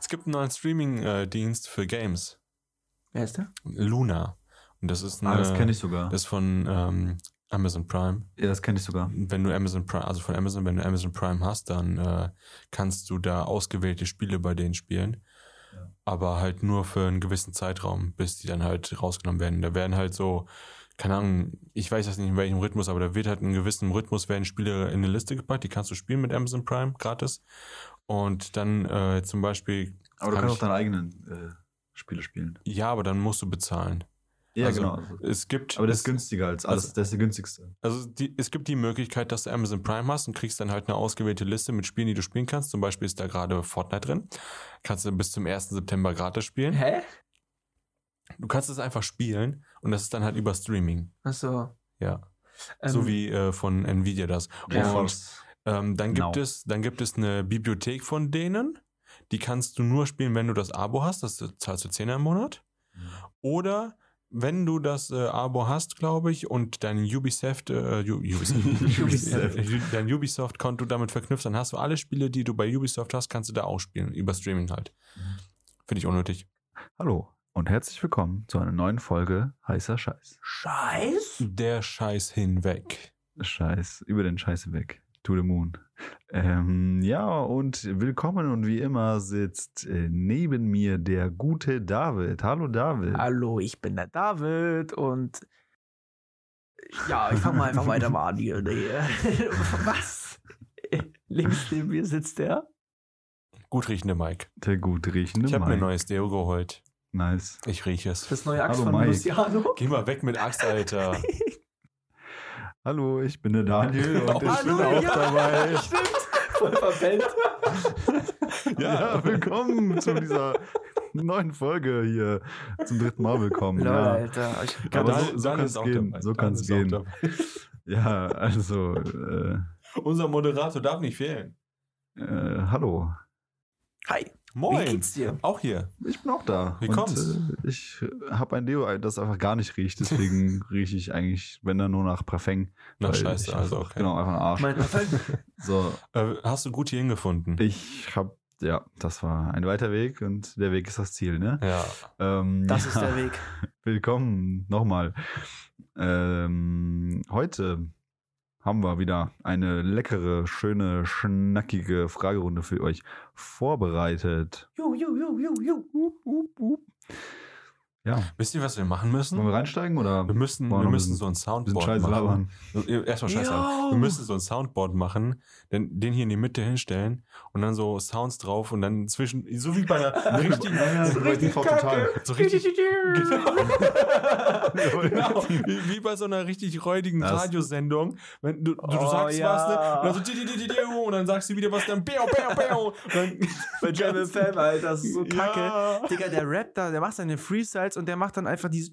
Es gibt einen neuen Streaming-Dienst für Games. Wer ist der? Luna. Und das ist eine, Ah, das kenne ich sogar. Das ist von ähm, Amazon Prime. ja, das kenne ich sogar. Wenn du Amazon Prime, also von Amazon, wenn du Amazon Prime hast, dann äh, kannst du da ausgewählte Spiele bei denen spielen. Aber halt nur für einen gewissen Zeitraum, bis die dann halt rausgenommen werden. Da werden halt so, keine Ahnung, ich weiß das nicht in welchem Rhythmus, aber da wird halt in einem gewissen Rhythmus werden Spiele in eine Liste gepackt, die kannst du spielen mit Amazon Prime gratis. Und dann äh, zum Beispiel, Aber du Hab kannst ich- auch deine eigenen äh, Spiele spielen. ja, aber dann musst du bezahlen. Ja, Also, genau. Also, Es gibt. aber das ist es, günstiger als alles. also- das ist der günstigste. Also die, es gibt die Möglichkeit, dass du Amazon Prime hast und kriegst dann halt eine ausgewählte Liste mit Spielen, die du spielen kannst. Zum Beispiel ist da gerade Fortnite drin. Kannst du bis zum 1. September gratis spielen. Hä? Du kannst es einfach spielen und das ist dann halt über Streaming. Achso. Ja. Also, Ähm, so wie äh, von Nvidia das. Ja. Und ähm, dann gibt Now. es, dann gibt es eine Bibliothek von denen. Die kannst du nur spielen, wenn du das Abo hast. Das zahlst du 10 im Monat. Mhm. Oder wenn du das äh, Abo hast, glaube ich, und dein Ubisoft, äh, U- Ubisoft, Ubisoft. Äh, dein Ubisoft-Konto damit verknüpft, dann hast du alle Spiele, die du bei Ubisoft hast, kannst du da auch spielen, über Streaming halt. Mhm. Finde ich unnötig. Hallo und herzlich willkommen zu einer neuen Folge Heißer Scheiß. Scheiß? Der Scheiß hinweg. Scheiß, über den Scheiß weg. To the moon. Ähm, ja, und willkommen und wie immer sitzt äh, neben mir der gute David. Hallo David. Hallo, ich bin der David und. Ja, ich fang mal einfach weiter mal an hier. Nee. Was? Links neben mir sitzt der. Gut riechende Mike. Der gut riechende Ich habe mir ein Mike. neues Deo geholt. Nice. Ich rieche es. Das neue Axt Hallo, von Mike. Luciano. Geh mal weg mit Axt, Alter. Hallo, ich bin der Daniel und ich Hallo, bin auch ja. dabei. Stimmt. Voll verpennt. Ja, willkommen zu dieser neuen Folge hier. Zum dritten Mal willkommen. Lol, Ja, Alter. Ich, Aber Dann- so- so dann kann's ist auch gehen, dabei. so Dann kann's ist auch gehen. dabei. ja also, äh, Unser Moderator darf nicht fehlen. äh, hallo. hi, wie Moin. geht's dir? Auch hier. Ich bin auch da. Wie und, kommt's? Äh, ich habe ein Deo, das einfach gar nicht riecht. Deswegen rieche ich eigentlich, wenn dann nur nach Parfum. Na weil scheiße, ich also einfach- okay. Genau, einfach ein Arsch. Mein So, Äh, hast du gut hier hingefunden? ich habe, ja, das war ein weiter Weg und der Weg ist das Ziel, ne? Ja. Ähm, Das ja, ist der Weg. Willkommen nochmal. Ähm, heute haben wir wieder eine leckere, schöne, schnackige Fragerunde für euch vorbereitet. Ju, ju, ju, ju, ju. Upp, upp, upp. Ja, Wisst ihr, was wir machen müssen? wollen wir reinsteigen oder? Mhm. Wir müssen, Boah, wir noch ein müssen bisschen- so ein bisschen Soundboard scheiße machen. labern. Erstmal scheiße. labern. Yo. Wir müssen so ein Soundboard machen, den, den hier in die Mitte hinstellen und dann so Sounds drauf und dann zwischen, so wie bei einer richtigen, so wir wollten richtig vor kacke. so richtig, genau, total. wie, wie bei so einer richtig räudigen Das- Radiosendung. Wenn du, du, du Oh, sagst ja. was, ne? Und dann so, di- di- di- di- di- und dann sagst du wieder was, dann, bäu, bäu, bäu. Und dann Bei Jam FM, Alter, das ist so kacke. Ja. Digga, der Rap da, der macht seine Freestyles und der macht dann einfach dieses.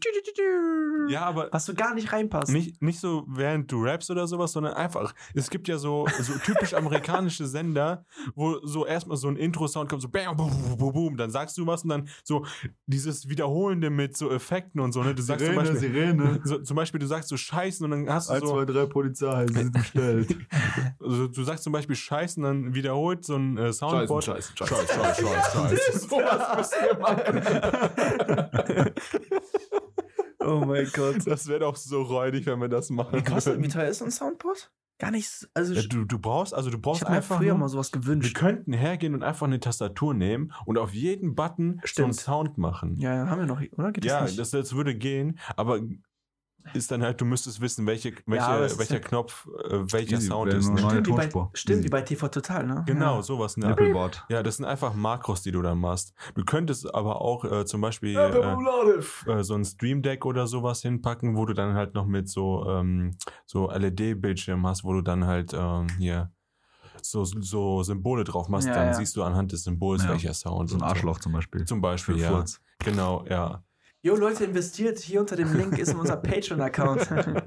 ja, aber Was so gar nicht reinpasst. Nicht, nicht so, während du rappst oder sowas, sondern einfach, es gibt ja so, so typisch amerikanische Sender, wo so erstmal so ein Intro-Sound kommt, so bam, boom, boom, boom, boom, dann sagst du was und dann so dieses Wiederholende mit so Effekten und so, ne? Du sagst zum, Sirene, Beispiel, Sirene. so, zum Beispiel, du sagst so Scheißen und dann hast du 1, so, 2, 3, Polizei, sie sind bestellt. also, du sagst zum Beispiel Scheißen, dann wiederholt so ein äh, Soundboard. scheiße, scheiß, scheiß, scheiß. So was müssen wir machen. Oh mein Gott. Das wäre doch so räudig, wenn wir das machen. Wie, kostet, wie würden. teuer ist so ein Soundboard? Gar nichts. Also, Ja, du, du brauchst, also du ich brauchst habe mir einfach. früher nur- mal sowas Wir gewünscht. könnten hergehen und einfach eine Tastatur nehmen und auf jeden Button so einen Stimmt. Sound machen. Ja, Ja, ja, haben wir noch, oder? Geht das das, nicht? das, würde gehen, aber ist dann halt, du müsstest wissen, welche, welche, aber es ist welcher ja- Knopf, äh, welcher Easy, Sound wäre ist. nur Ne? neu. stimmt, wie neue bei, Tonspur. stimmt, Mhm. wie bei TV Total, ne? Genau, Ja. sowas. Ne? Nippelboard. Ja, das sind einfach Makros, die du dann machst. Du könntest aber auch äh, zum Beispiel äh, äh, so ein Stream Deck oder sowas hinpacken, wo du dann halt noch mit so, ähm, so LED-Bildschirm hast, wo du dann halt ähm, hier so, so Symbole drauf machst. Ja, dann ja. siehst du anhand des Symbols, Ja. welcher Sound. So ein und Arschloch zum Beispiel. Zum Beispiel, Für ja. Furz. Genau, ja. Jo, Leute, investiert. Hier unter dem Link ist unser Patreon-Account.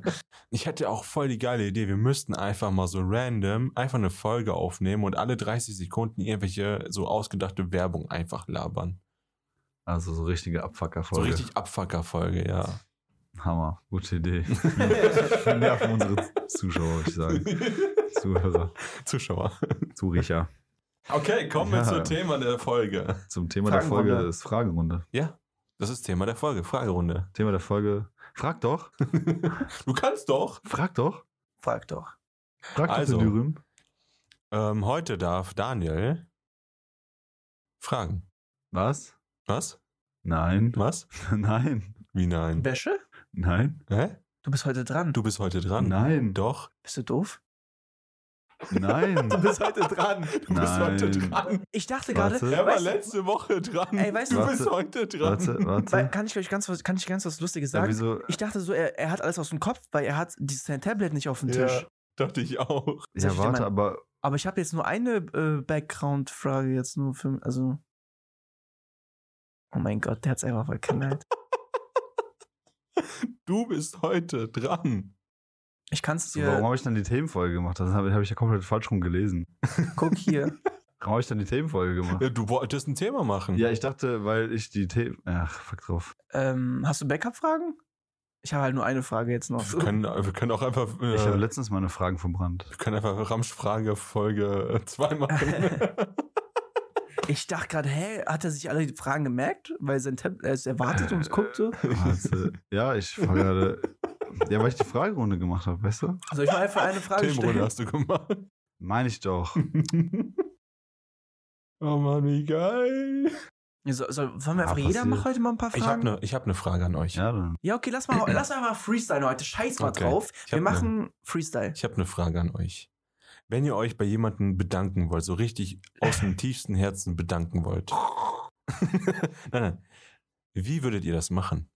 Ich hätte auch voll die geile Idee. Wir müssten einfach mal so random einfach eine Folge aufnehmen und alle 30 Sekunden irgendwelche so ausgedachte Werbung einfach labern. Also so richtige Abfucker-Folge. So richtig Abfucker-Folge, ja. Hammer. Gute Idee. Wir nerven unsere Zuschauer, würde ich sagen. Zuhörer, Zuschauer. Zuricher. Okay, kommen wir Ja. zum Thema der Folge. Zum Thema Fragenrunde. der Folge ist Fragerunde. Ja, das ist Thema der Folge. Fragerunde. Thema der Folge. Frag doch. Du kannst doch. Frag doch. Frag doch. Frag doch Also. den Dürüm. Ähm, heute darf Daniel fragen. Was? Was? Nein. Was? Nein. Wie nein? Wäsche? Nein. Hä? Du bist heute dran. Du bist heute dran. Nein. Doch. Bist du doof? Nein. bist heute dran. Du Nein. Ich dachte gerade. Warte. Er war weißt du- letzte Woche dran. Ey, weißt du du- bist heute dran. Warte, weil- warte. Kann ich euch ganz was, kann ich ganz was Lustiges Ja, sagen? wieso? Ich dachte so, er, er hat alles aus dem Kopf, weil er hat dieses sein Tablet nicht auf dem Ja. Tisch. Dachte ich auch. Soll Ja, ich dir warte, mal- aber Aber ich habe jetzt nur eine äh, Background-Frage jetzt nur für also. Oh mein Gott, der hat's einfach verknallt. Du bist heute dran. Ich kann's warum dir. habe ich dann die Themenfolge gemacht? Das habe habe ich ja komplett falsch rum gelesen. Guck hier. Warum habe ich dann die Themenfolge gemacht? Ja, du wolltest ein Thema machen. Ja, ich dachte, weil ich die Themen. Ach, fuck drauf. ähm, hast du Backup-Fragen? Ich habe halt nur eine Frage jetzt noch. wir, können, wir können auch einfach. Äh, Ich habe letztens meine Fragen verbrannt. wir können einfach Ramsch-Frage Folge äh, 2 machen. Ich dachte gerade, hä, hat er sich alle die Fragen gemerkt? Weil sein Tablet er ist erwartet und guckt so. Warte. Also, Ja, ich war gerade. Ja, weil ich die Fragerunde gemacht habe, weißt du? Soll ich mal einfach eine Frage Themenrunde stellen? hast du gemacht. Meine ich doch. oh Mann, wie geil. So, soll, sollen wir Ja, einfach jeder Ah, passiert. macht heute mal ein paar Fragen? Ich habe eine hab ne Frage an euch. Ja, dann. Ja, okay, lass mal, lass einfach mal freestylen heute. Scheiß mal Okay. drauf. Ich Wir hab ne- machen Freestyle. Ich habe eine Frage an euch. Wenn ihr euch bei jemandem bedanken wollt, so richtig aus dem tiefsten Herzen bedanken wollt. nein, nein. Wie würdet ihr das machen?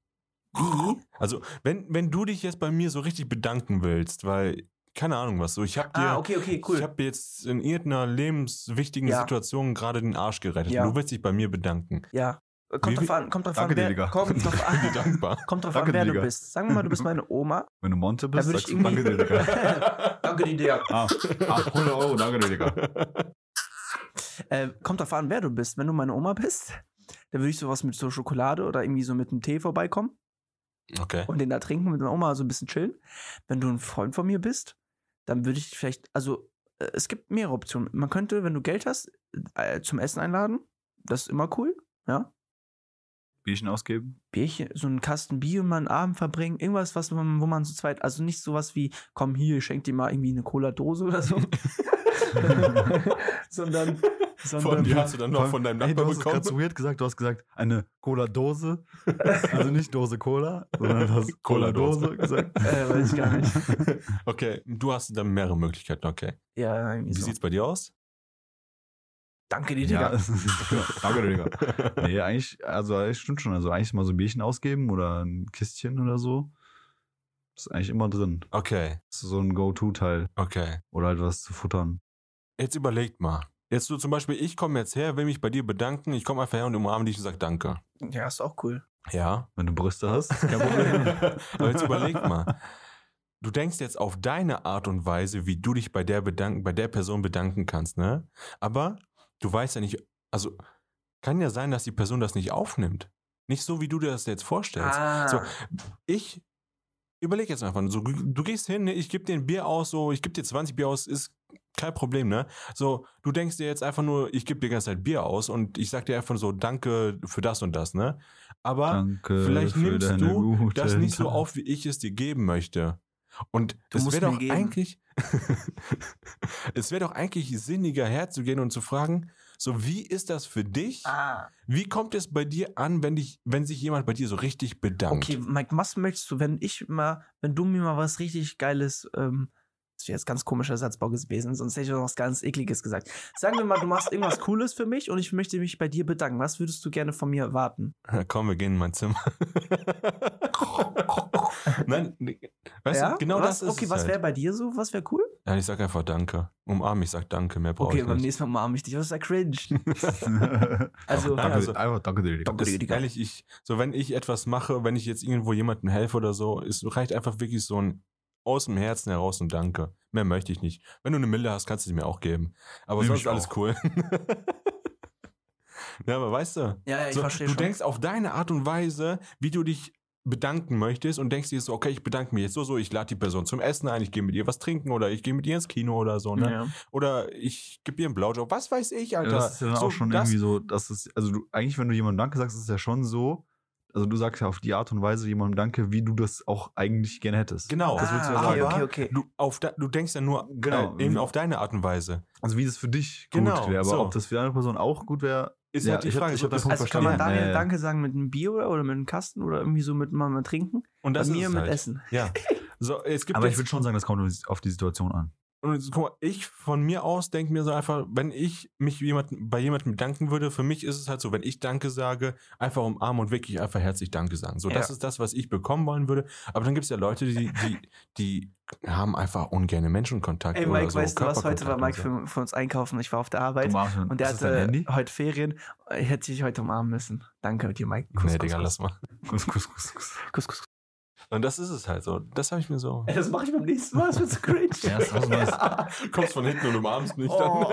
ne- Wie? Also, wenn, wenn du dich jetzt bei mir so richtig bedanken willst, weil, keine Ahnung was, so ich habe dir, Ah, okay, okay, ich cool. hab dir jetzt in irgendeiner lebenswichtigen Ja. Situation gerade den Arsch gerettet. Ja. Du willst dich bei mir bedanken. Ja. Wie- Kommt drauf an, kommt drauf Danke an, dir, wer, Digga. kommt Bin drauf dir an, dankbar. kommt drauf Danke an, wer dir, du Digga. bist. Sagen wir mal, du bist meine Oma. Wenn du Monte bist, würde ich sagst du irgendwie- Danke dir, Digga. Danke dir, Digga. Ah, ah, 100 Euro, danke dir, Digga. Äh, kommt drauf an, wer du bist. Wenn du meine Oma bist, dann würde ich sowas mit so Schokolade oder irgendwie so mit einem Tee vorbeikommen Okay. und den da trinken mit meiner Oma, so ein bisschen chillen. Wenn du ein Freund von mir bist, dann würde ich vielleicht, also äh, es gibt mehrere Optionen. Man könnte, wenn du Geld hast, äh, zum Essen einladen. Das ist immer cool, ja. Bierchen ausgeben? Bierchen, so einen Kasten Bier und mal einen Abend verbringen. Irgendwas, was man, wo man zu zweit, also nicht sowas wie, komm hier, ich schenk dir mal irgendwie eine Cola-Dose oder so. sondern, Von sondern dir hast du dann Vor noch allem- von deinem Ey, du Nachbar hast es bekommen. gerade so weird gesagt. Du hast gesagt, eine Cola-Dose. Also nicht Dose Cola, sondern du hast Cola-Dose. Cola-Dose gesagt. äh, weiß ich gar nicht. Okay, du hast dann mehrere Möglichkeiten, okay. Ja, Wie irgendwie so. sieht's bei dir aus? Danke dir, Ja, Digga. genau. danke dir, Digga. Nee, eigentlich, also eigentlich stimmt schon. Also eigentlich mal so ein Bierchen ausgeben oder ein Kistchen oder so. Ist eigentlich immer drin. Okay, Das ist so ein Go-To-Teil. okay. Oder halt was zu futtern. Jetzt überlegt mal. Jetzt so zum Beispiel, ich komme jetzt her, will mich bei dir bedanken, ich komme einfach her und umarme dich und sag Danke. Ja, ist auch cool. Ja. Wenn du Brüste hast, kein Problem. Aber jetzt überlegt mal. Du denkst jetzt auf deine Art und Weise, wie du dich bei der bedanken, bei der Person bedanken kannst, ne? Aber du weißt ja nicht, also kann ja sein, dass die Person das nicht aufnimmt. Nicht so, wie du dir das jetzt vorstellst. Ah. So, ich überleg jetzt einfach, so, du gehst hin, ne, ich gebe dir ein Bier aus, so, ich gebe dir 20 Bier aus, ist kein Problem, ne? So, du denkst dir jetzt einfach nur, ich gebe dir die ganze Zeit Bier aus und ich sag dir einfach so, danke für das und das, ne? Aber Danke. Vielleicht für nimmst deine du guten das nicht so Tat. auf, wie ich es dir geben möchte. Und Du es musst wäre mir doch geben. eigentlich, es wäre doch eigentlich sinniger herzugehen und zu fragen, so wie ist das für dich? ah. Wie kommt es bei dir an, wenn dich, wenn sich jemand bei dir so richtig bedankt? Okay, Mike, was möchtest du, wenn ich mal, wenn du mir mal was richtig Geiles, ähm, das wäre jetzt ganz komischer Satzbau gewesen, sonst hätte ich noch was ganz Ekliges gesagt. Sagen wir mal, du machst irgendwas Cooles für mich und ich möchte mich bei dir bedanken. Was würdest du gerne von mir erwarten? Na komm, wir gehen in mein Zimmer. Nein, nee, weißt ja? du, genau was, das ist Okay, es was halt. wäre bei dir so? Was wäre cool? Ja, ich sag einfach Danke. Umarm, ich sag Danke, mehr brauche okay, ich beim nicht. nächsten Mal umarme ich dich. Das ist ja cringe. Also, Danke. ja, Also- einfach danke dir, Digga. Danke. Ist, Digga. ehrlich, ich, so wenn ich etwas mache, wenn ich jetzt irgendwo jemandem helfe oder so, es reicht einfach wirklich so ein aus dem Herzen heraus und Danke. Mehr möchte ich nicht. Wenn du eine Milde hast, kannst du sie mir auch geben. Aber Nehm sonst ich alles auch. cool. ja, aber weißt du, ja, ja, ich so, verstehe du schon. denkst auf deine Art und Weise, wie du dich bedanken möchtest und denkst dir so, okay, ich bedanke mich jetzt so, so, ich lade die Person zum Essen ein, ich gehe mit ihr was trinken oder ich gehe mit ihr ins Kino oder so, ne? Ja. Oder ich gebe ihr einen Blowjob, was weiß ich, Alter. das ist ja dann so, auch schon das- irgendwie so, dass es, also du, eigentlich, wenn du jemandem Danke sagst, ist es ja schon so, also du sagst ja auf die Art und Weise jemandem Danke, wie du das auch eigentlich gerne hättest. Genau. Das willst du ja Ah, sagen. aber- okay, okay, okay. Du, auf da, du denkst ja nur Genau. äh, eben auf deine Art und Weise. Also wie das für dich Genau, gut wäre, aber so. ob das für die andere Person auch gut wäre, Ist Ja, halt die ich hab- Frage. ich so, hab den das- Punkt Also kann man verstanden. Daniel Ja, ja. Danke sagen mit einem Bier oder, oder mit einem Kasten oder irgendwie so mit mal, mal trinken? und das Bei ist mir es mit halt. Essen. Ja. So, es gibt aber jetzt- ich würde schon sagen, das kommt auf die Situation an. Und jetzt, guck mal, ich von mir aus denke mir so einfach, wenn ich mich jemand, bei jemandem bedanken würde, für mich ist es halt so, wenn ich Danke sage, einfach umarmen und wirklich einfach herzlich Danke sagen. So, das Ja. ist das, was ich bekommen wollen würde. Aber dann gibt es ja Leute, die, die, die haben einfach ungerne Menschenkontakt. Ey, oder Mike, so, weißt du was? Heute war Körperkontakt Mike und für, für uns einkaufen. Ich war auf der Arbeit. Marvin, Und der ist das dein hatte Handy? heute Ferien. Ich hätte dich heute umarmen müssen. Danke dir, Mike. so. Nee, Digga, lass mal. Kuss, kuss, kuss, kuss. Kuss, kuss, kuss. Und das ist es halt so. Das habe ich mir so. Ey, Das mache ich beim nächsten Mal. Das wird so cringe. Ja, das ist was Kommst von hinten und umarmst mich Oh.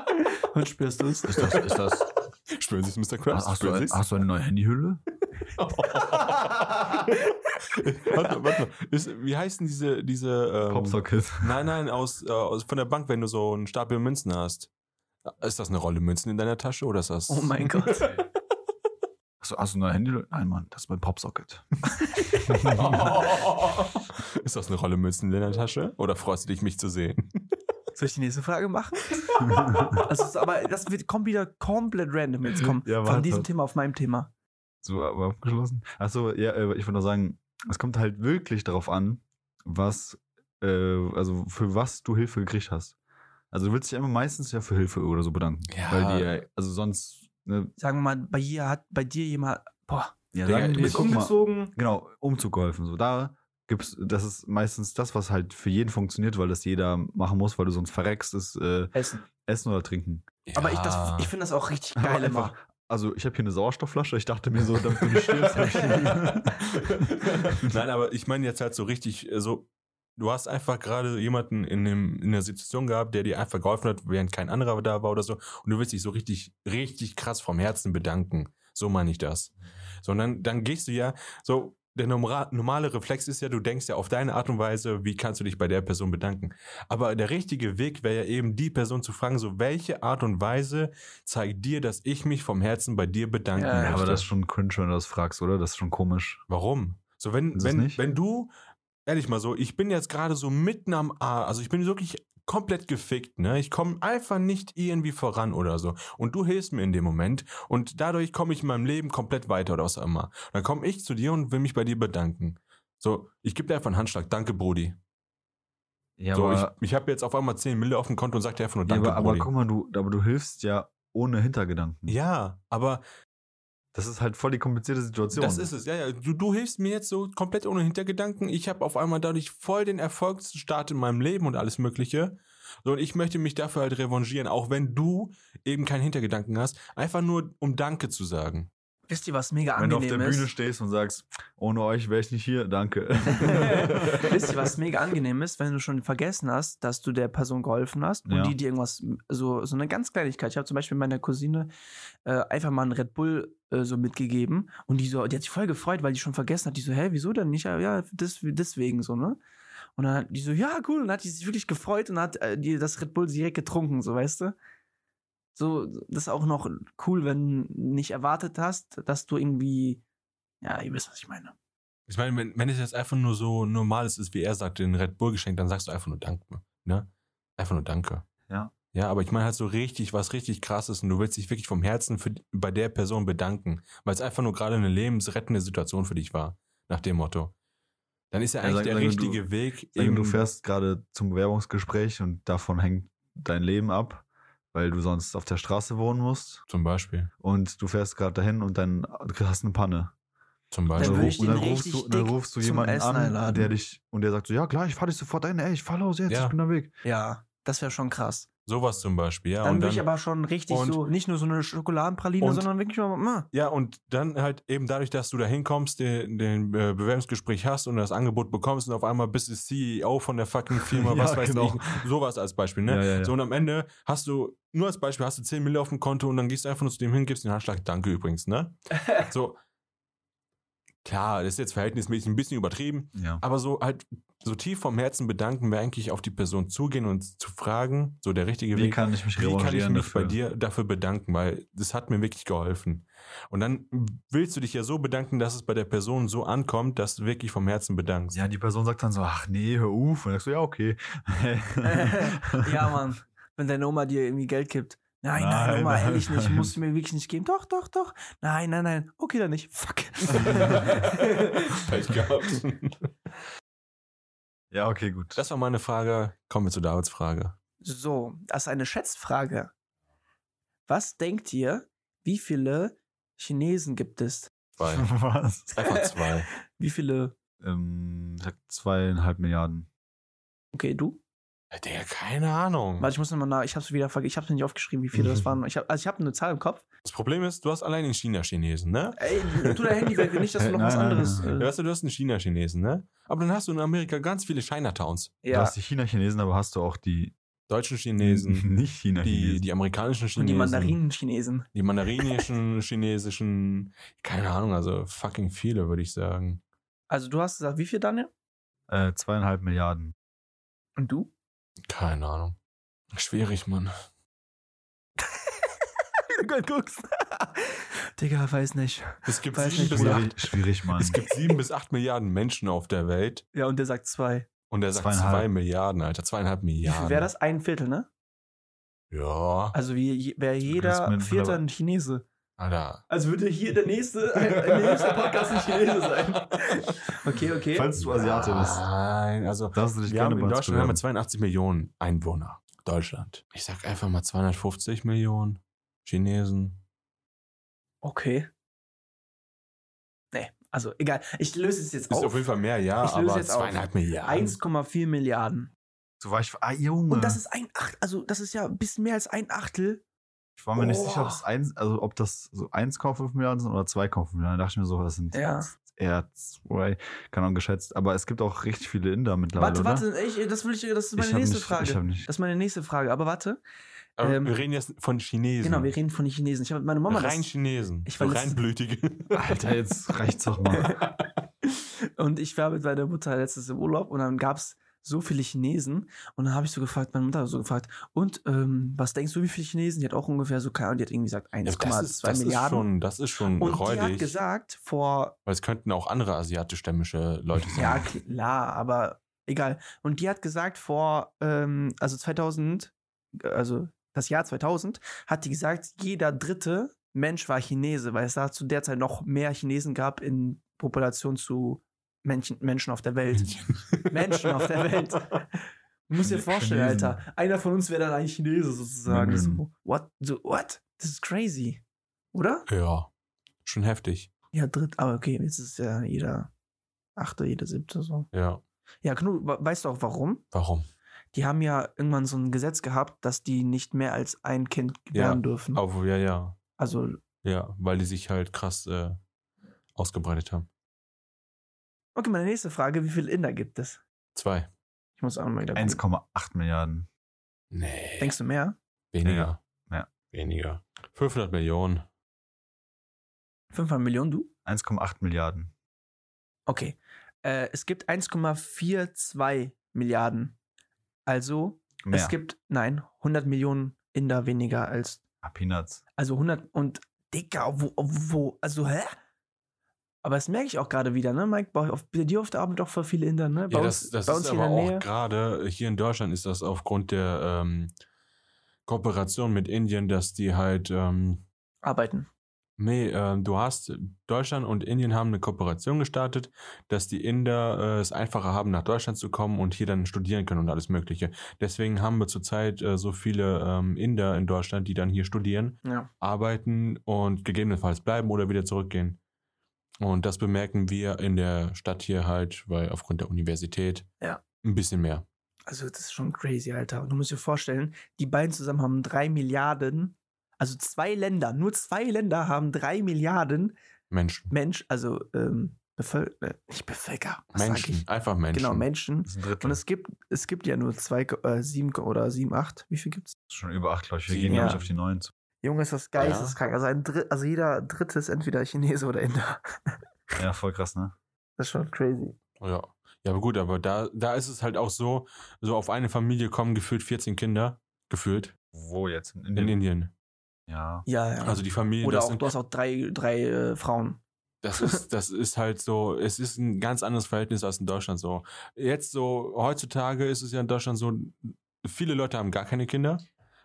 Und spürst du es? Ist das, ist das, dann. Spüren Sie es, Mr. Krabs? hast, du, Spüren ein- Sie's? hast du eine neue Handyhülle? Warte mal, warte mal. Ist, wie heißen diese. diese ähm, Popsocket. Nein, nein, aus, äh, aus, von der Bank, wenn du so einen Stapel Münzen hast. Ist das eine Rolle Münzen in deiner Tasche oder ist das. Oh mein Gott. Hast du, hast du eine neue Handyhülle? Nein, Mann, das ist mein Popsocket. Ist das eine Rolle Münzen in deiner Tasche? Oder freust du dich, mich zu sehen? Soll ich die nächste Frage machen? Das ist, aber das wird, kommt wieder komplett random jetzt kommen. Ja, warte. Von diesem Thema auf meinem Thema. So, aber abgeschlossen. Achso, ja, äh, ich würde nur sagen, es kommt halt wirklich darauf an, was, äh, also für was du Hilfe gekriegt hast. Also du willst dich immer meistens ja für Hilfe oder so bedanken. Ja. Weil die, äh, also sonst, ne, Sagen wir mal, bei, ihr hat, bei dir jemand. Boah, ja, Digga, sagen ich wir, bin guck mal, umgezogen. genau, Umzug geholfen. So, da gibt's, das ist meistens das, was halt für jeden funktioniert, weil das jeder machen muss, weil du sonst verreckst, ist äh, Essen. Essen oder Trinken. Aber ich, das- ich finde das auch richtig geil Aber immer. einfach, also ich habe hier eine Sauerstoffflasche, ich dachte mir so, damit du nicht stirbst. hab ich Nein, aber ich meine jetzt halt so richtig, äh, so, du hast einfach gerade jemanden in, dem, in der Situation gehabt, der dir einfach geholfen hat, während kein anderer da war oder so. Und du willst dich so richtig, richtig krass vom Herzen bedanken. So meine ich das. Sondern dann gehst du ja so. Der norma- normale Reflex ist ja, du denkst ja auf deine Art und Weise, wie kannst du dich bei der Person bedanken. Aber der richtige Weg wäre ja eben, die Person zu fragen, so welche Art und Weise zeigt dir, dass ich mich vom Herzen bei dir bedanken Ja, möchte. Ja, aber das ist schon cringe, wenn du das fragst, oder? Das ist schon komisch. Warum? So, wenn, Ist es wenn, nicht? wenn du, ehrlich mal so, ich bin jetzt gerade so mitten am A, also ich bin wirklich komplett gefickt, ne? Ich komme einfach nicht irgendwie voran oder so. Und du hilfst mir in dem Moment und dadurch komme ich in meinem Leben komplett weiter oder was auch immer. Dann komme ich zu dir und will mich bei dir bedanken. So, ich gebe dir einfach einen Handschlag. Danke, Brody. Ja, so, ich, ich habe jetzt auf einmal 10 Mille auf dem Konto und sag dir einfach nur ja, Danke, aber, aber Brody. guck mal, du, aber du hilfst ja ohne Hintergedanken. ja, aber Das ist halt voll die komplizierte Situation. Das ist es, ja, ja. Du, du hilfst mir jetzt so komplett ohne Hintergedanken. Ich habe auf einmal dadurch voll den Erfolgsstart in meinem Leben und alles Mögliche. So, und ich möchte mich dafür halt revanchieren, auch wenn du eben keinen Hintergedanken hast. Einfach nur, um Danke zu sagen. Wisst ihr, was mega Wenn du auf angenehm der Bühne ist? stehst und sagst, ohne euch wäre ich nicht hier, danke. Wisst ihr, was mega angenehm ist, wenn du schon vergessen hast, dass du der Person geholfen hast und Ja. die dir irgendwas, so, so eine ganz Kleinigkeit. Ich habe zum Beispiel meiner Cousine äh, einfach mal einen Red Bull äh, so mitgegeben und die, so, die hat sich voll gefreut, weil die schon vergessen hat. Die so, hä, wieso denn nicht? Ja, Ja, des, deswegen so, ne? Und dann hat die so, ja, cool. Und dann hat die sich wirklich gefreut und hat äh, die das Red Bull direkt getrunken, so, weißt du? So, das ist auch noch cool, wenn du nicht erwartet hast, dass du irgendwie, ja, ihr wisst, was ich meine. Ich meine, wenn, wenn es jetzt einfach nur so normales ist, wie er sagt, den Red Bull geschenkt, dann sagst du einfach nur Danke. Ne? Einfach nur Danke. Ja. Ja, aber ich meine halt so richtig, was richtig krass ist und du willst dich wirklich vom Herzen für, bei der Person bedanken, weil es einfach nur gerade eine lebensrettende Situation für dich war, nach dem Motto. Dann ist ja Ja, eigentlich sag- der sag, wenn richtige Weg Sagen, eben. du fährst gerade zum Bewerbungsgespräch und davon hängt dein Leben ab, weil du sonst auf der Straße wohnen musst zum Beispiel. und du fährst gerade dahin und dann du hast eine Panne. Also Zum Dann Beispiel. würde ich und dann den rufst richtig du, dann dick rufst du zum jemanden Essen an, einladen. der dich und der sagt so, ja klar, ich fahre dich sofort ein, ey, ich fahr los jetzt, Ja. ich bin am Weg. Ja, das wäre schon krass. Sowas zum Beispiel, ja. dann und will dann, ich aber schon richtig und- so, nicht nur so eine Schokoladenpraline, und- sondern wirklich mal. mh. Ja, und dann halt eben dadurch, dass du da hinkommst, den, den äh, Bewerbungsgespräch hast und das Angebot bekommst und auf einmal bist du CEO von der fucking Firma, Ja, was weiß genau. ich, sowas als Beispiel, ne? ja, ja. So, und am Ende hast du, nur als Beispiel, hast du 10 Mille auf dem Konto und dann gehst du einfach nur zu dem hin, gibst den Handschlag, danke übrigens, ne? So, Klar, das ist jetzt verhältnismäßig ein bisschen übertrieben, Ja. aber so halt so tief vom Herzen bedanken wir eigentlich auf die Person zugehen und zu fragen, so der richtige Wie Weg. kann ich mich Wie kann ich revanchieren mich dafür? bei dir dafür bedanken, weil das hat mir wirklich geholfen. Und dann willst du dich ja so bedanken, dass es bei der Person so ankommt, dass du wirklich vom Herzen bedankst. Ja, die Person sagt dann so, ach nee, hör auf. Und dann sagst du, ja, okay. ja, Mann. Wenn deine Oma dir irgendwie Geld gibt. Nein, nein, Nein, Oma, nein, ehrlich nicht. nein. Musst du mir wirklich nicht geben. Doch, doch, doch. Nein, nein, nein. Okay, dann nicht. Fuck. Pech gehabt. ja, okay, gut. Das war meine Frage. Kommen wir zu Davids Frage. so, das ist eine Schätzfrage. Was denkt ihr, wie viele Chinesen gibt es? Zwei. Was? Einfach zwei. Wie viele? Ähm, ich sag zweieinhalb Milliarden. Okay, du? Ja, Digga, keine Ahnung. Warte, ich muss nochmal nach. Ich hab's wieder vergessen. Ich hab's mir nicht aufgeschrieben, wie viele das waren. Ich hab, also, ich habe eine Zahl im Kopf. Das Problem ist, du hast allein in China Chinesen, ne? Ey, tu dein Handy weg, nicht, dass du noch Nein, was nein, anderes. nein, Ja, äh, weißt du, du hast in China Chinesen, ne? Aber dann hast du in Amerika ganz viele Chinatowns. Du äh, Ja, hast die China-Chinesen, aber hast du auch die Deutschen Chinesen, nicht die, China-Chinesen. die amerikanischen und Chinesen. die Mandarinen-Chinesen. Die mandarinischen, chinesischen, keine Ahnung, also fucking viele, würde ich sagen. Also, du hast gesagt, wie viel, Daniel? Äh, zweieinhalb Milliarden. Und du? Keine Ahnung. Schwierig, Mann. Wie du gerade guckst. Digga, weiß nicht. Es gibt, Weiß sieben nicht, bis wo acht, Schwierig, schwierig Mann. es gibt sieben bis acht Milliarden Menschen auf der Welt Ja, und der sagt zwei. und er sagt Zweieinhalb. zwei Milliarden, Alter, zweieinhalb Wie Milliarden. viel wäre das? Ein Viertel, ne? Ja, Also, wie je- wäre Das jeder mit- Vierter ein Chinese. Alter. Also würde hier der nächste, der nächste Podcast ein Chinese sein. Okay, okay. Falls du Asiate bist, Nein, also darfst du dich wir gerne haben in bei uns Deutschland haben wir bewerben. 82 Millionen Einwohner. Deutschland. Ich sag einfach mal 250 Millionen Chinesen. Okay. Nee, also egal. Ich löse es jetzt Ist auf auf. jeden Fall mehr, ja, Ich löse aber jetzt auf. zweieinhalb Milliarden. 1,4 Milliarden. So war ich, ah, Junge. Und das ist ein Acht, also das ist ja ein bisschen mehr als ein Achtel. ich war mir nicht Boah. sicher, ob das, eins, also ob das so 1,5 Milliarden sind oder 2,5 Milliarden. Da dachte ich mir so, das sind Ja. eher zwei, keine Ahnung, geschätzt. Aber es gibt auch richtig viele Inder mittlerweile, warte, oder? warte, ich, das will ich, das ist meine hab nächste nicht, Frage. Ich hab nicht. Das ist meine nächste Frage, aber warte. Aber Ähm, wir reden jetzt von Chinesen. Genau, wir reden von den Chinesen. Ich habe mit meiner Mama rein das, Chinesen. Ich so war letztens- reinblütige. Alter, jetzt reicht's doch mal. Und ich war mit meiner Mutter letztes im Urlaub und dann gab es so viele Chinesen. Und dann habe ich so gefragt, meine Mutter hat so gefragt, und ähm, was denkst du, wie viele Chinesen? Die hat auch ungefähr so, keine Ahnung, die hat irgendwie gesagt Ja, das ist, 1,2 das ist Milliarden. schon, das ist schon und die hat räudig, gesagt, vor, weil es könnten auch andere asiatischstämmische Leute sein. ja klar, aber egal. Und die hat gesagt, vor, ähm, also 2000, äh, also das Jahr 2000, hat die gesagt, jeder dritte Mensch war Chinese, weil es da zu der Zeit noch mehr Chinesen gab in Population zu Menschen, Menschen auf der Welt. Menschen auf der Welt. Du musst dir Chine- vorstellen, Chinesen. Alter. Einer von uns wäre dann ein Chinese sozusagen. Mhm. So, what? So, what? Das ist crazy. Oder? ja, schon heftig. Ja, dritt, aber okay, jetzt ist ja jeder achte, jeder siebte so. Ja, Ja, Knut, we- weißt du auch warum? warum? Die haben ja irgendwann so ein Gesetz gehabt, dass die nicht mehr als ein Kind gebären Ja, dürfen. Aber ja, ja, Also, ja, weil die sich halt krass äh, ausgebreitet haben. okay, meine nächste Frage, wie viele Inder gibt es? Zwei. Ich muss auch mal wieder gucken. 1,8 Milliarden. Nee. Denkst du mehr? weniger. Ja, ja. Weniger. 500 Millionen. 500 Millionen, du? 1,8 Milliarden. Okay. Äh, es gibt 1,42 Milliarden. Also, Mehr. es gibt, nein, 100 Millionen Inder weniger als, ah, Peanuts. also 100 und dicker, wo, wo, also, hä? Aber das merke ich auch gerade wieder, ne, Mike? Bei, auf, bei dir auf der Arbeit auch voll viele Inder, ne? Bei Ja, uns, das, das bei ist uns hier aber in der Nähe. auch gerade hier in Deutschland ist das aufgrund der ähm, Kooperation mit Indien, dass die halt ähm, Arbeiten. Nee, ähm, du hast, Deutschland und Indien haben eine Kooperation gestartet, dass die Inder äh, es einfacher haben, nach Deutschland zu kommen und hier dann studieren können und alles Mögliche. Deswegen haben wir zurzeit äh, so viele ähm, Inder in Deutschland, die dann hier studieren, Ja. arbeiten und gegebenenfalls bleiben oder wieder zurückgehen. Und das bemerken wir in der Stadt hier halt, weil aufgrund der Universität Ja. ein bisschen mehr. Also, das ist schon crazy, Alter. Und du musst dir vorstellen, die beiden zusammen haben 3 Milliarden, also zwei Länder, nur zwei Länder haben 3 Milliarden Menschen. Mensch, also, ähm, Bevölker, äh, nicht Bevölker, was sag Menschen, ich? einfach Menschen. Genau, Menschen. Das ist ein Drittel. Und es gibt, es gibt ja nur 2, äh, 7 oder 7, 8. Wie viel gibt's? Das ist schon über 8, glaube ich. Wir Sie- gehen, Ja. glaube ich, auf die 9 zu. Junge, ist das Ja. geisteskrank. Also, ein Dritt, also jeder Dritte ist entweder Chinese oder Inder. Ja, voll krass, ne? Das ist schon crazy. Ja. Ja, aber gut, aber da, da ist es halt auch so, so auf eine Familie kommen gefühlt 14 Kinder, gefühlt, Wo jetzt? In in Indien? Indien. Ja. Ja, ja. Also die Familien, Oder das, auch, sind, du hast auch drei, drei äh, Frauen. das, ist, das ist halt so, es ist ein ganz anderes Verhältnis als in Deutschland so. Jetzt so, heutzutage ist es ja in Deutschland so, viele Leute haben gar keine Kinder,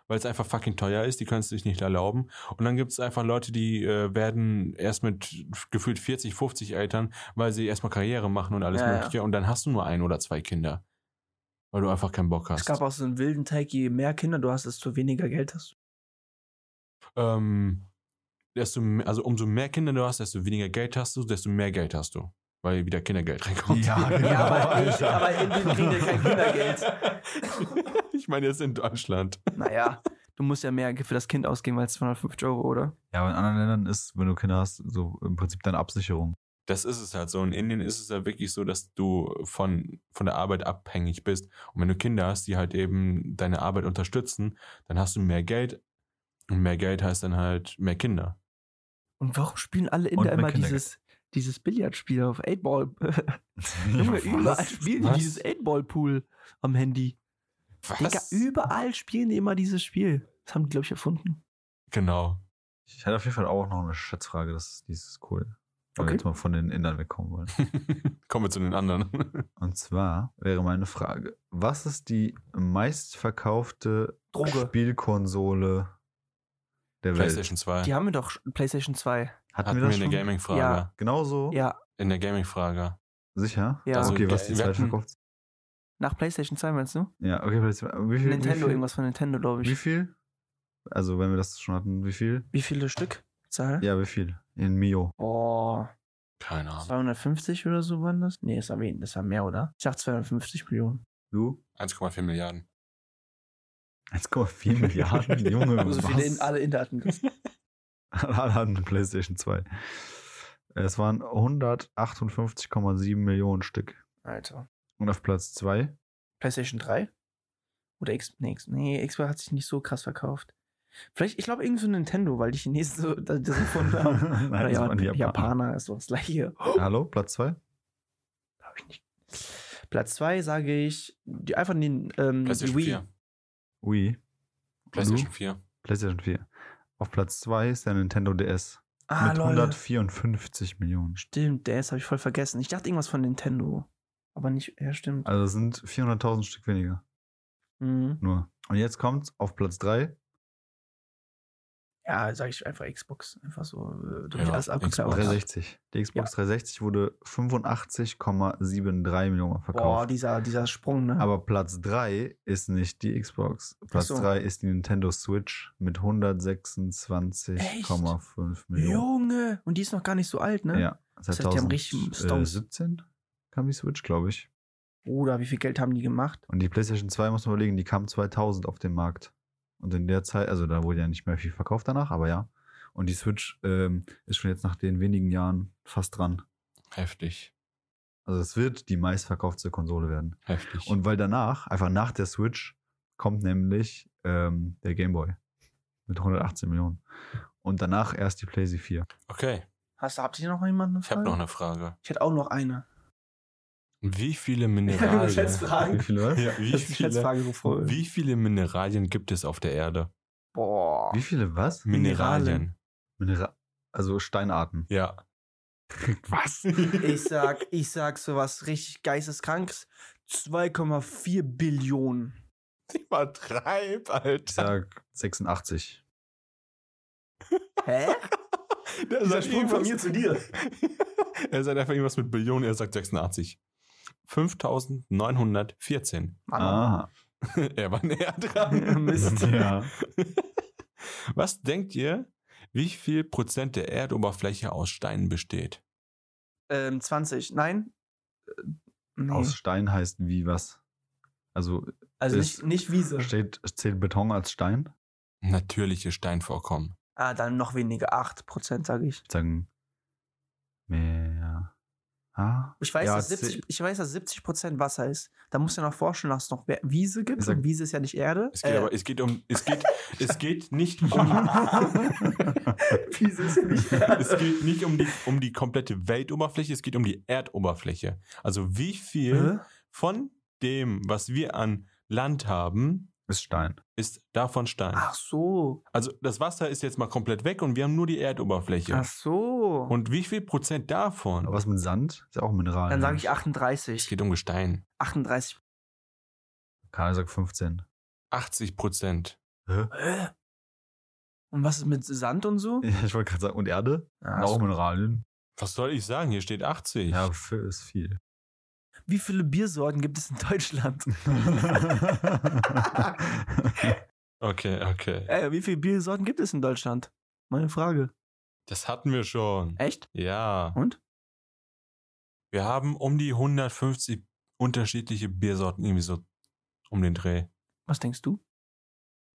weil es einfach fucking teuer ist, die können es sich nicht erlauben. Und dann gibt es einfach Leute, die äh, werden erst mit gefühlt 40, 50 Eltern, weil sie erstmal Karriere machen und alles Ja, ja. Mögliche. Und dann hast du nur ein oder zwei Kinder, weil du einfach keinen Bock hast. Es gab auch so einen wilden Teig, je mehr Kinder du hast, desto weniger Geld hast du. ähm, desto, m- also umso mehr Kinder du hast, desto weniger Geld hast du, desto mehr Geld hast du. Weil wieder Kindergeld reinkommt. genau. Ja, aber ich- aber in Indien kriegen wir kein Kindergeld. ich meine jetzt in Deutschland. Naja, du musst ja mehr für das Kind ausgeben als 250 Euro, oder? Ja, aber in anderen Ländern ist, wenn du Kinder hast, so im Prinzip deine Absicherung. Das ist es halt so. In Indien ist es ja wirklich so, dass du von, von der Arbeit abhängig bist. Und wenn du Kinder hast, die halt eben deine Arbeit unterstützen, dann hast du mehr Geld. Und mehr Geld heißt dann halt mehr Kinder. Und warum spielen alle Inder mehr immer Kindergeld. dieses, dieses Billardspiel auf 8-Ball? Junge, überall spielen Was? die dieses 8-Ball-Pool am Handy. Digga, überall spielen die immer dieses Spiel. Das haben die, glaube ich, erfunden. Genau. Ich hätte auf jeden Fall auch noch eine Schätzfrage, das, die ist cool. Weil Okay. wir jetzt mal von den Indern wegkommen wollen. Kommen wir zu den anderen. Und zwar wäre meine Frage: Was ist die meistverkaufte Droge. Spielkonsole der Welt? PlayStation 2. Die haben wir doch PlayStation 2. Hatten wir eine Gaming-Frage. Ja. Genauso? Ja, In der Gaming-Frage. Genau Sicher? Ja. Also, okay, was die wir zweite hatten- verkauft? nach PlayStation 2 meinst du? Ja, okay, PlayStation- wie viel? Nintendo, wie viel, irgendwas von Nintendo, glaube Wie ich. viel? Also, wenn wir das schon hatten, wie viel? Wie viele Stück? Zahl? Ja, Ah. wie viel? In Mio. Boah, Keine Ahnung. 250 oder so waren das? Nee, das war, wen- das war mehr, oder? Ich dachte 250 Millionen. Du? 1,4 Hm, Milliarden. 1,4 Milliarden, Junge. Also was? viele in, alle Inder hatten das. Alle hatten eine PlayStation 2. Es waren 158,7 Millionen Stück. Alter. Und auf Platz 2, PlayStation 3? Oder X, nee, X, nee, Xbox hat sich nicht so krass verkauft. Vielleicht, ich glaube, irgendwie so Nintendo, weil die Chinesen so das das gefunden haben. Nein, Oder das ja, waren die Japaner. Japaner ist so das gleiche. Hallo, Platz 2? Hab ich nicht. Platz 2 sage ich, die, einfach den ähm, die PlayStation Wii. 4. Wii. PlayStation 4. PlayStation 4. Auf Platz 2 ist der Nintendo DS. Ah, mit lol. 154 Millionen. Stimmt, DS habe ich voll vergessen. Ich dachte irgendwas von Nintendo. Aber nicht, ja, stimmt. Also es sind 400.000 Stück weniger. Mhm. Nur. Und jetzt kommt auf Platz 3. Ja, sage ich einfach Xbox. Einfach so äh, durch Ja, alles abgeklaut. Xbox. 360. Die Xbox 360 wurde 85,73 Millionen Mal Boah, verkauft. dieser, dieser Sprung, ne? Aber Platz 3 ist nicht die Xbox. Platz so. 3 ist die Nintendo Switch mit 126,5 Millionen. Junge! Und die ist noch gar nicht so alt, ne? Ja, seit Das heißt, die haben richtig Stones. 2017 kam die Switch, glaube ich. Bruder, wie viel Geld haben die gemacht? Und die PlayStation 2, muss man überlegen, die kam 2000 auf den Markt. Und in der Zeit, also da wurde ja nicht mehr viel verkauft danach, aber ja. Und die Switch ähm, ist schon jetzt nach den wenigen Jahren fast dran. Heftig. Also es wird die meistverkaufte Konsole werden. Heftig. Und weil danach, einfach nach der Switch, kommt nämlich ähm, der Game Boy mit 118 Millionen. Und danach erst die PlayStation 4. okay, Hast, habt ihr noch jemanden? ich habe noch eine Frage. Ich hätte auch noch eine. Wie viele Mineralien? Wie viele? was? ja, wie, Das ist die viele, Schätzfrage gefunden. wie viele Mineralien gibt es auf der Erde? Boah. Wie viele was? Mineralien. Mineralien. Minera also Steinarten. Ja. Was? Ich sag, ich sag sowas richtig geisteskrankes. 2,4 Billionen. Übertreib, Ich Alter. sag 86. Hä? Der sagt irgendwas- zu dir. er sagt einfach irgendwas mit Billionen, er sagt 86. 5914. Ah. Mann. er war näher dran. Mist. Ja. Was denkt ihr, wie viel Prozent der Erdoberfläche aus Steinen besteht? Ähm, 20. Nein? Äh, Nee. Aus Stein heißt wie was? Also also ist- nicht, nicht Wiese. steht, zählt Beton als Stein? Natürliche Steinvorkommen. Ah, dann noch weniger. 8%, sage ich. Ich würde sagen, mehr. Ah, Ich weiß, Ja, dass 70, zeh- ich weiß, dass 70 Prozent Wasser ist. Da musst du ja noch vorstellen, dass es noch We- Wiese gibt. Ich sag- Und Wiese ist ja nicht Erde. Es geht Äh, aber, es geht um, es geht, es geht nicht um, Wiese ist ja nicht Erde. es geht nicht um die, um die komplette Weltoberfläche, es geht um die Erdoberfläche. Also wie viel Hä? von dem, was wir an Land haben, ist Stein. ist davon Stein. Ach so. Also das Wasser ist jetzt mal komplett weg und wir haben nur die Erdoberfläche. Ach so. Und wie viel Prozent davon? Aber was mit Sand? Ist ja auch ein Mineral. ne? Dann sage ich es 38. geht um Gestein. 38. Karl sagt 15. 80 Prozent. Hä? Und was ist mit Sand und so? Ich wollte gerade sagen, und Erde? Ja, auch so. Mineralien? Was soll ich sagen? Hier steht 80. Ja, f- ist viel. Wie viele Biersorten gibt es in Deutschland? Okay, okay. Ey, Äh, wie viele Biersorten gibt es in Deutschland? Meine Frage. Das hatten wir schon. Echt? Ja. Und? Wir haben um die 150 unterschiedliche Biersorten, irgendwie so um den Dreh. Was denkst du?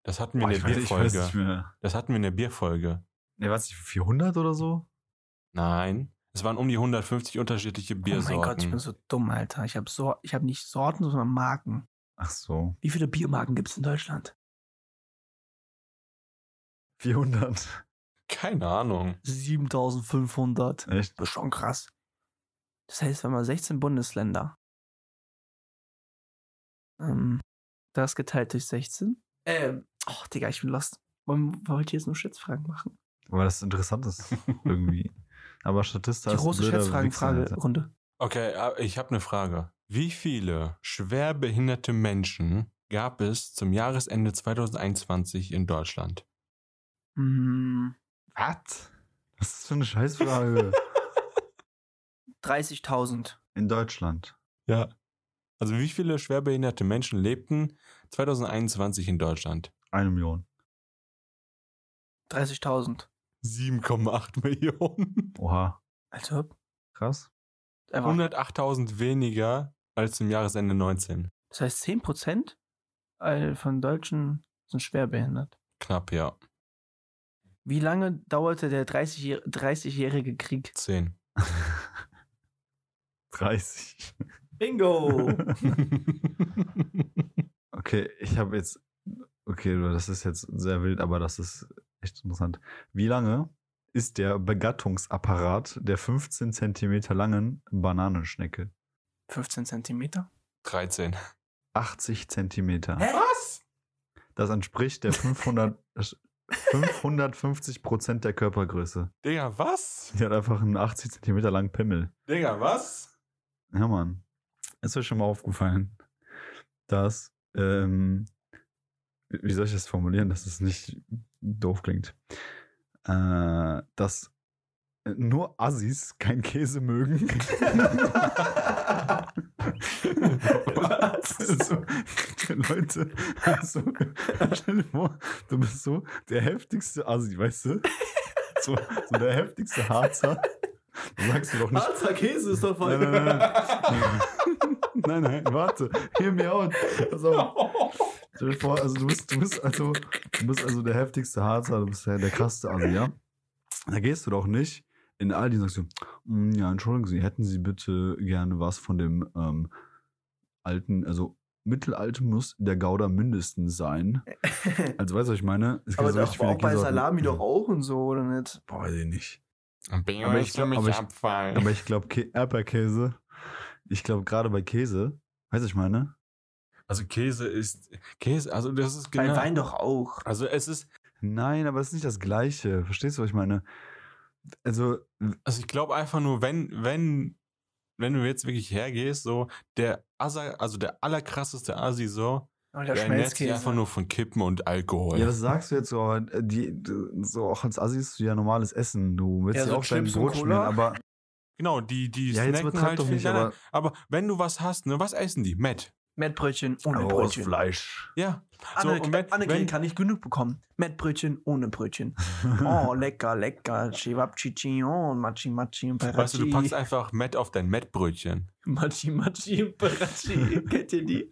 Das hatten wir Boah, in ich, der weiß, ich weiß Bierfolge. nicht mehr. Das hatten wir in der Bierfolge. Ne, was, 400 oder so? Nein. Es waren um die 150 unterschiedliche Biersorten. Oh mein Gott, ich bin so dumm, Alter. Ich habe so, ich hab nicht Sorten, sondern Marken. Ach so. Wie viele Biermarken gibt es in Deutschland? 400. Keine Ahnung. 7500. Echt? Das ist schon krass. Das heißt, wenn man 16 Bundesländer. Ähm, das geteilt durch 16. Ähm, oh, Digga, ich bin lost. Wollen- Wollte ich jetzt nur Schätzfragen machen? Weil das interessant ist irgendwie. Aber Statista Die ist ein große blöder Wichser, Alter. Schätzfragen-Fragerunde. Okay, aber ich habe eine Frage. Wie viele schwerbehinderte Menschen gab es zum Jahresende 2021 in Deutschland? Hm, Was? Was ist das für eine Scheißfrage? 30.000. In Deutschland. Ja. Also wie viele schwerbehinderte Menschen lebten 2021 in Deutschland? Eine Million. 30.000. 7,8 Millionen. Oha. Also, Krass. einfach. 108.000 weniger als zum Jahresende 19. Das heißt, 10% all- von Deutschen sind schwerbehindert. Knapp, ja. Wie lange dauerte der 30-jähr- 30-jährige Krieg? 10. 30. Bingo! Okay, ich habe jetzt. Okay, das ist jetzt sehr wild, aber das ist echt interessant. Wie lange ist der Begattungsapparat der 15 Zentimeter langen Bananenschnecke? 15 Zentimeter? 13. 80 Zentimeter. Was? Das entspricht der 500, 550 Prozent der Körpergröße. Digga, was? Die hat einfach einen 80 Zentimeter langen Pimmel. Digga, was? Ja, Mann. Ist mir schon mal aufgefallen, dass, ähm, wie wie soll ich das formulieren, dass es nicht doof klingt, äh, dass äh, nur Assis kein Käse mögen. Was? Also, Leute, also, stell dir vor, du bist so der heftigste Assi, weißt du? So, so der heftigste Harzer. Du sagst du doch nicht, Harzer Käse ist doch Nein, nein, nein. nein, nein, warte. Hear me out. Pass auf. Stell dir vor, also du bist, du bist also, du bist also der heftigste Harzer, du bist der, der krasseste Asi, ja? Da gehst du doch nicht in Aldi und sagst du, "Mm, ja, entschuldigen Sie, hätten Sie bitte gerne was von dem ähm, alten, also Mittelalter muss der Gouda mindestens sein. Also weißt du, was ich meine? Es gibt Aber so doch richtig viele auch bei Käsesorten. Salami doch auch und so, oder nicht? Boah, weiß ich nicht. Bin Aber ich glaub- aber ich- abfallen. Aber ich glaube, Erdbeerkäse, ich glaube gerade bei Käse, weißt du, was ich meine? Also Käse ist Käse, also das ist Bei genau. Wein doch auch. Also es ist, Nein, aber das ist nicht das Gleiche. Verstehst du, was ich meine? Also, also ich glaube einfach nur, wenn wenn wenn du jetzt wirklich hergehst, so der Asa, also der allerkrasseste Asi so, Oder der ernährt sich einfach Schmelzkäse. nur von Kippen und Alkohol. Oh ja, das sagst du jetzt so, aber äh, die, du- so auch als Assi ist du ja normales Essen. Du willst Ja, ja, so auch dein Chips und Brot schmieren, Cola. aber genau, die die ja, jetzt snacken übertreib halt doch viel. nicht, Nein, nein, aber aber wenn du was hast, ne, was essen die? Matt. Mettbrötchen ohne aber aus Brötchen. Fleisch. Ja. So, Anne, und wenn- Annegret wenn- kann nicht genug bekommen. Mettbrötchen ohne Brötchen. Oh, lecker, lecker. Chewabchichi und Machi Machi und Parachi. Weißt du, du packst einfach Matt auf dein Matt-Brötchen. Machi Machi und Parachi. Kennt ihr die?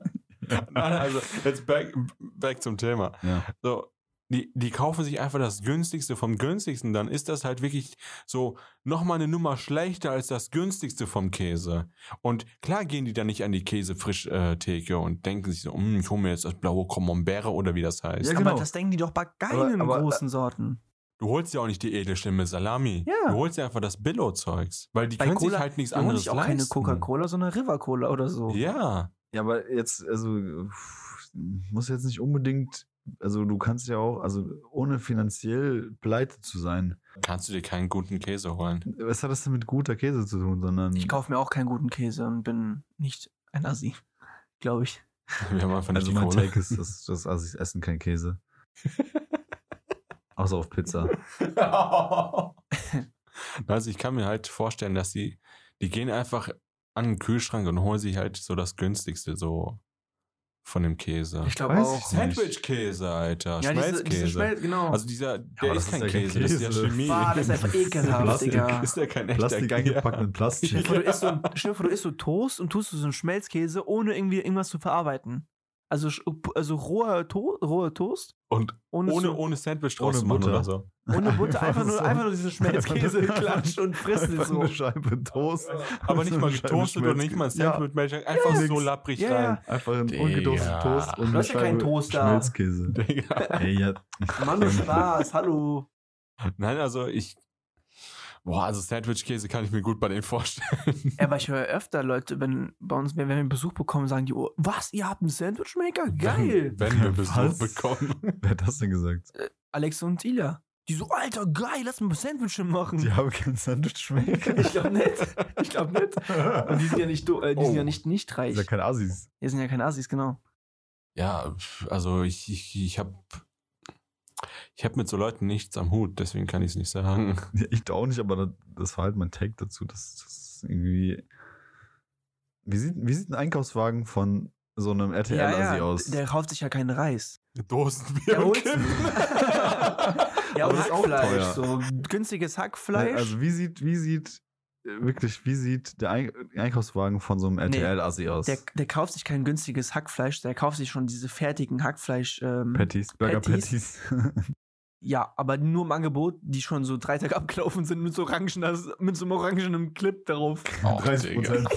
Nein, also jetzt back, back zum Thema. Ja. So, die, die kaufen sich einfach das günstigste vom günstigsten, dann ist das halt wirklich so nochmal eine Nummer schlechter als das günstigste vom Käse. Und klar gehen die dann nicht an die Käsefrischtheke und denken sich so, "Mm, ich hole mir jetzt das blaue Camembert oder wie das heißt. Ja, Aber genau. das denken die doch bei geilen Aber- äh, aber- großen Sorten. Du holst ja auch nicht die edle Stimme Salami. Ja. Du holst ja einfach das Billo-Zeugs. Weil die Bei können Cola sich halt nichts Da hole anderes ich auch keine leisten. Coca-Cola, sondern River-Cola oder so. Ja. Ja, aber jetzt, also, pff, muss jetzt nicht unbedingt, also du kannst ja auch, also ohne finanziell pleite zu sein. Kannst du dir keinen guten Käse holen. Was hat das denn mit guter Käse zu tun, sondern. Ich kaufe mir auch keinen guten Käse und bin nicht ein Assi, glaube ich. Wir haben einfach nicht Also die mein Kohle. Take ist, dass, dass Assis essen kein Käse. Außer auf Pizza. Also ich kann mir halt vorstellen, dass die, die gehen einfach an den Kühlschrank und holen sich halt so das günstigste so von dem Käse. Ich glaube Weiß auch. ich nicht. Sandwich-Käse, Alter. Ja, Schmelzkäse. diese, diese Schmelz, genau. also dieser, der aber ist, das kein Käse, das ist ja Käse. Chemie. Boah, das ist einfach ekelhaft, Plastik. Digga. Ist ja kein echter Plastik eingepackt in Plastik. Stell dir vor, du isst so, stell dir vor, du isst so Toast und tust du so einen Schmelzkäse, ohne irgendwie irgendwas zu verarbeiten. Also, sch- also roher, to roher Toast, Und ohne, ohne, zu, ohne Sandwich draus Ohne zu machen Butter. oder so. ohne Butter, einfach nur, so- einfach nur diesen Schmelzkäse klatscht und frisst ihn Einfach so. Eine Scheibe Toast. Aber nicht mal Scheibe getoastet oder nicht mal ein Schmelzkäse. Sandwich mit Milch, einfach Ja. so lapprig Ja, ja. rein. Einfach einen Digga. ungetoasteten Toast und Du eine hast ja keinen Scheibe Toaster. Schmelzkäse. Digga. Ey, ja. Mann, du Spaß, hallo. Nein, also ich. Boah, also Sandwich-Käse kann ich mir gut bei denen vorstellen. Ja, aber ich höre öfter Leute, wenn bei uns, wenn wir einen Besuch bekommen, sagen die, oh, was, ihr habt einen Sandwichmaker? Geil. Wenn, wenn wir Besuch Was? bekommen. Wer hat das denn gesagt? Alex und Ila. Die so, Alter, geil, lass mal Sandwiche machen. Die haben keinen Sandwich-Maker. Ich glaube nicht. Ich glaube nicht. Und die sind ja nicht, do- äh, die sind Oh. ja nicht, nicht reich. Ist ja kein Assis. Die sind ja keine Assis, genau. Ja, pf, also ich, ich, ich habe ich hab mit so Leuten nichts am Hut, deswegen kann ich es nicht sagen. Ja, ich auch nicht, aber das, das war halt mein Take dazu, dass das irgendwie. Wie sieht, wie sieht ein Einkaufswagen von so einem RTL-Assi aus? Der kauft sich ja keinen Reis. Dosenbier Ja, und hol's. Kippen. Ja, Aber und das ist auch Hackfleisch. teuer. So günstiges Hackfleisch. Nein, Also wie sieht, wie sieht, äh, wirklich, wie sieht der Ein Einkaufswagen von so einem RTL-Assi aus? der, der kauft sich kein günstiges Hackfleisch, der kauft sich schon diese fertigen Hackfleisch. Ähm, Patties, Burger Patties. Patties. ja, aber nur im Angebot, die schon so drei Tage abgelaufen sind mit so, orangen, mit so einem orangenen Clip darauf. Och, 30 Prozent.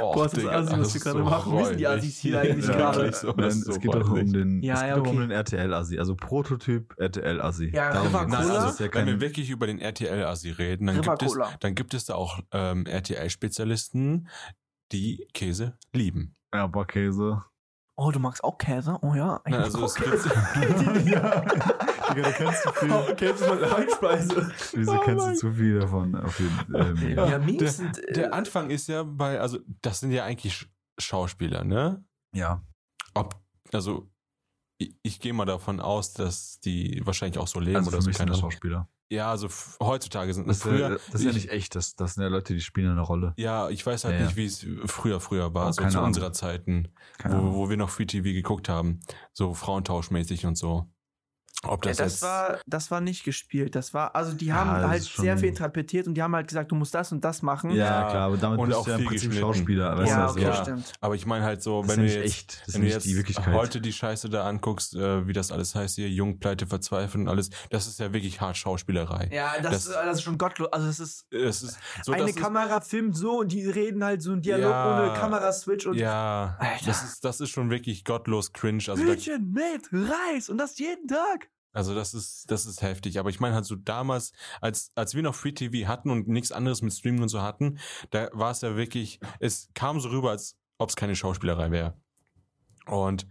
Och, Boah, ist das Digga, Assi, was wir gerade machen. Wissen die räudig. Assis hier eigentlich ja, gerade? wirklich So, Nein, das ist es so geht doch um räudig. den, Ja, es geht ja, doch um okay. den RTL-Assi, also Prototyp RTL-Assi. Ja, Darum River geht's. Nein, Cola? Das also, ist ja wenn wir kein, wirklich über den RTL-Assi reden, dann River gibt, es, Cola. dann gibt es da auch ähm, RTL-Spezialisten, die Käse lieben. ja, aber Käse. Oh, du magst auch Käse? Oh ja. Ich Na, mag also es auch Käse. gibt, ja. Digga, du kennst zu viel. Käse ist meine Hauptspeise. Wieso Oh kennst du mein zu viel davon? Auf jeden, ähm, Ja, ja. Memes der- sind. Äh, der Anfang ist ja bei, also das sind ja eigentlich Sch Schauspieler, ne? Ob, also ich, ich gehe mal davon aus, dass die wahrscheinlich auch so leben also oder für so. mich sind Keine das Ahnung. Schauspieler. äh, Ja, also f- heutzutage sind das, Das, ist ja- früher. das ist ja ich- nicht echt, das, das sind ja Leute, die spielen eine Rolle. Ja, ich weiß halt Ja, ja. nicht, wie es früher, früher war, Oh, so keine zu Ahnung. unserer Zeiten, Keine wo, Ahnung. wo wir noch Free TV geguckt haben, so frauentauschmäßig und so. Ob Ja, das, das, jetzt, war, das war nicht gespielt. Das war, also die haben Ja, das halt ist schon- sehr viel interpretiert und die haben halt gesagt, du musst das und das machen. Ja, Ja, klar, aber damit und bist auch du ja im viel Prinzip geschnitten. Schauspieler. ja, Weißt du, also das okay, ja. stimmt. aber ich meine halt so, Das ist wenn ja du nicht jetzt, echt. Das ist wenn du nicht jetzt die Wirklichkeit. heute die Scheiße da anguckst, äh, wie das alles heißt hier, Jung, Pleite, Verzweifeln und alles, das ist ja wirklich hart Schauspielerei. Ja, das, Das- das, ist schon gottlos. Also es ist Es ist so, eine das ist- Kamera filmt so und die reden halt so einen Dialog Ja. ohne Kameraswitch und Ja, Alter. das ist, das ist schon wirklich gottlos cringe. Also, da, Hühnchen mit Reis und das jeden Tag. also das ist, das ist heftig. Aber ich meine halt so damals, als, als wir noch Free TV hatten und nichts anderes mit Streaming und so hatten, da war es ja wirklich, es kam so rüber, als ob es keine Schauspielerei wäre. Und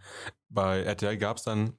bei RTL gab es dann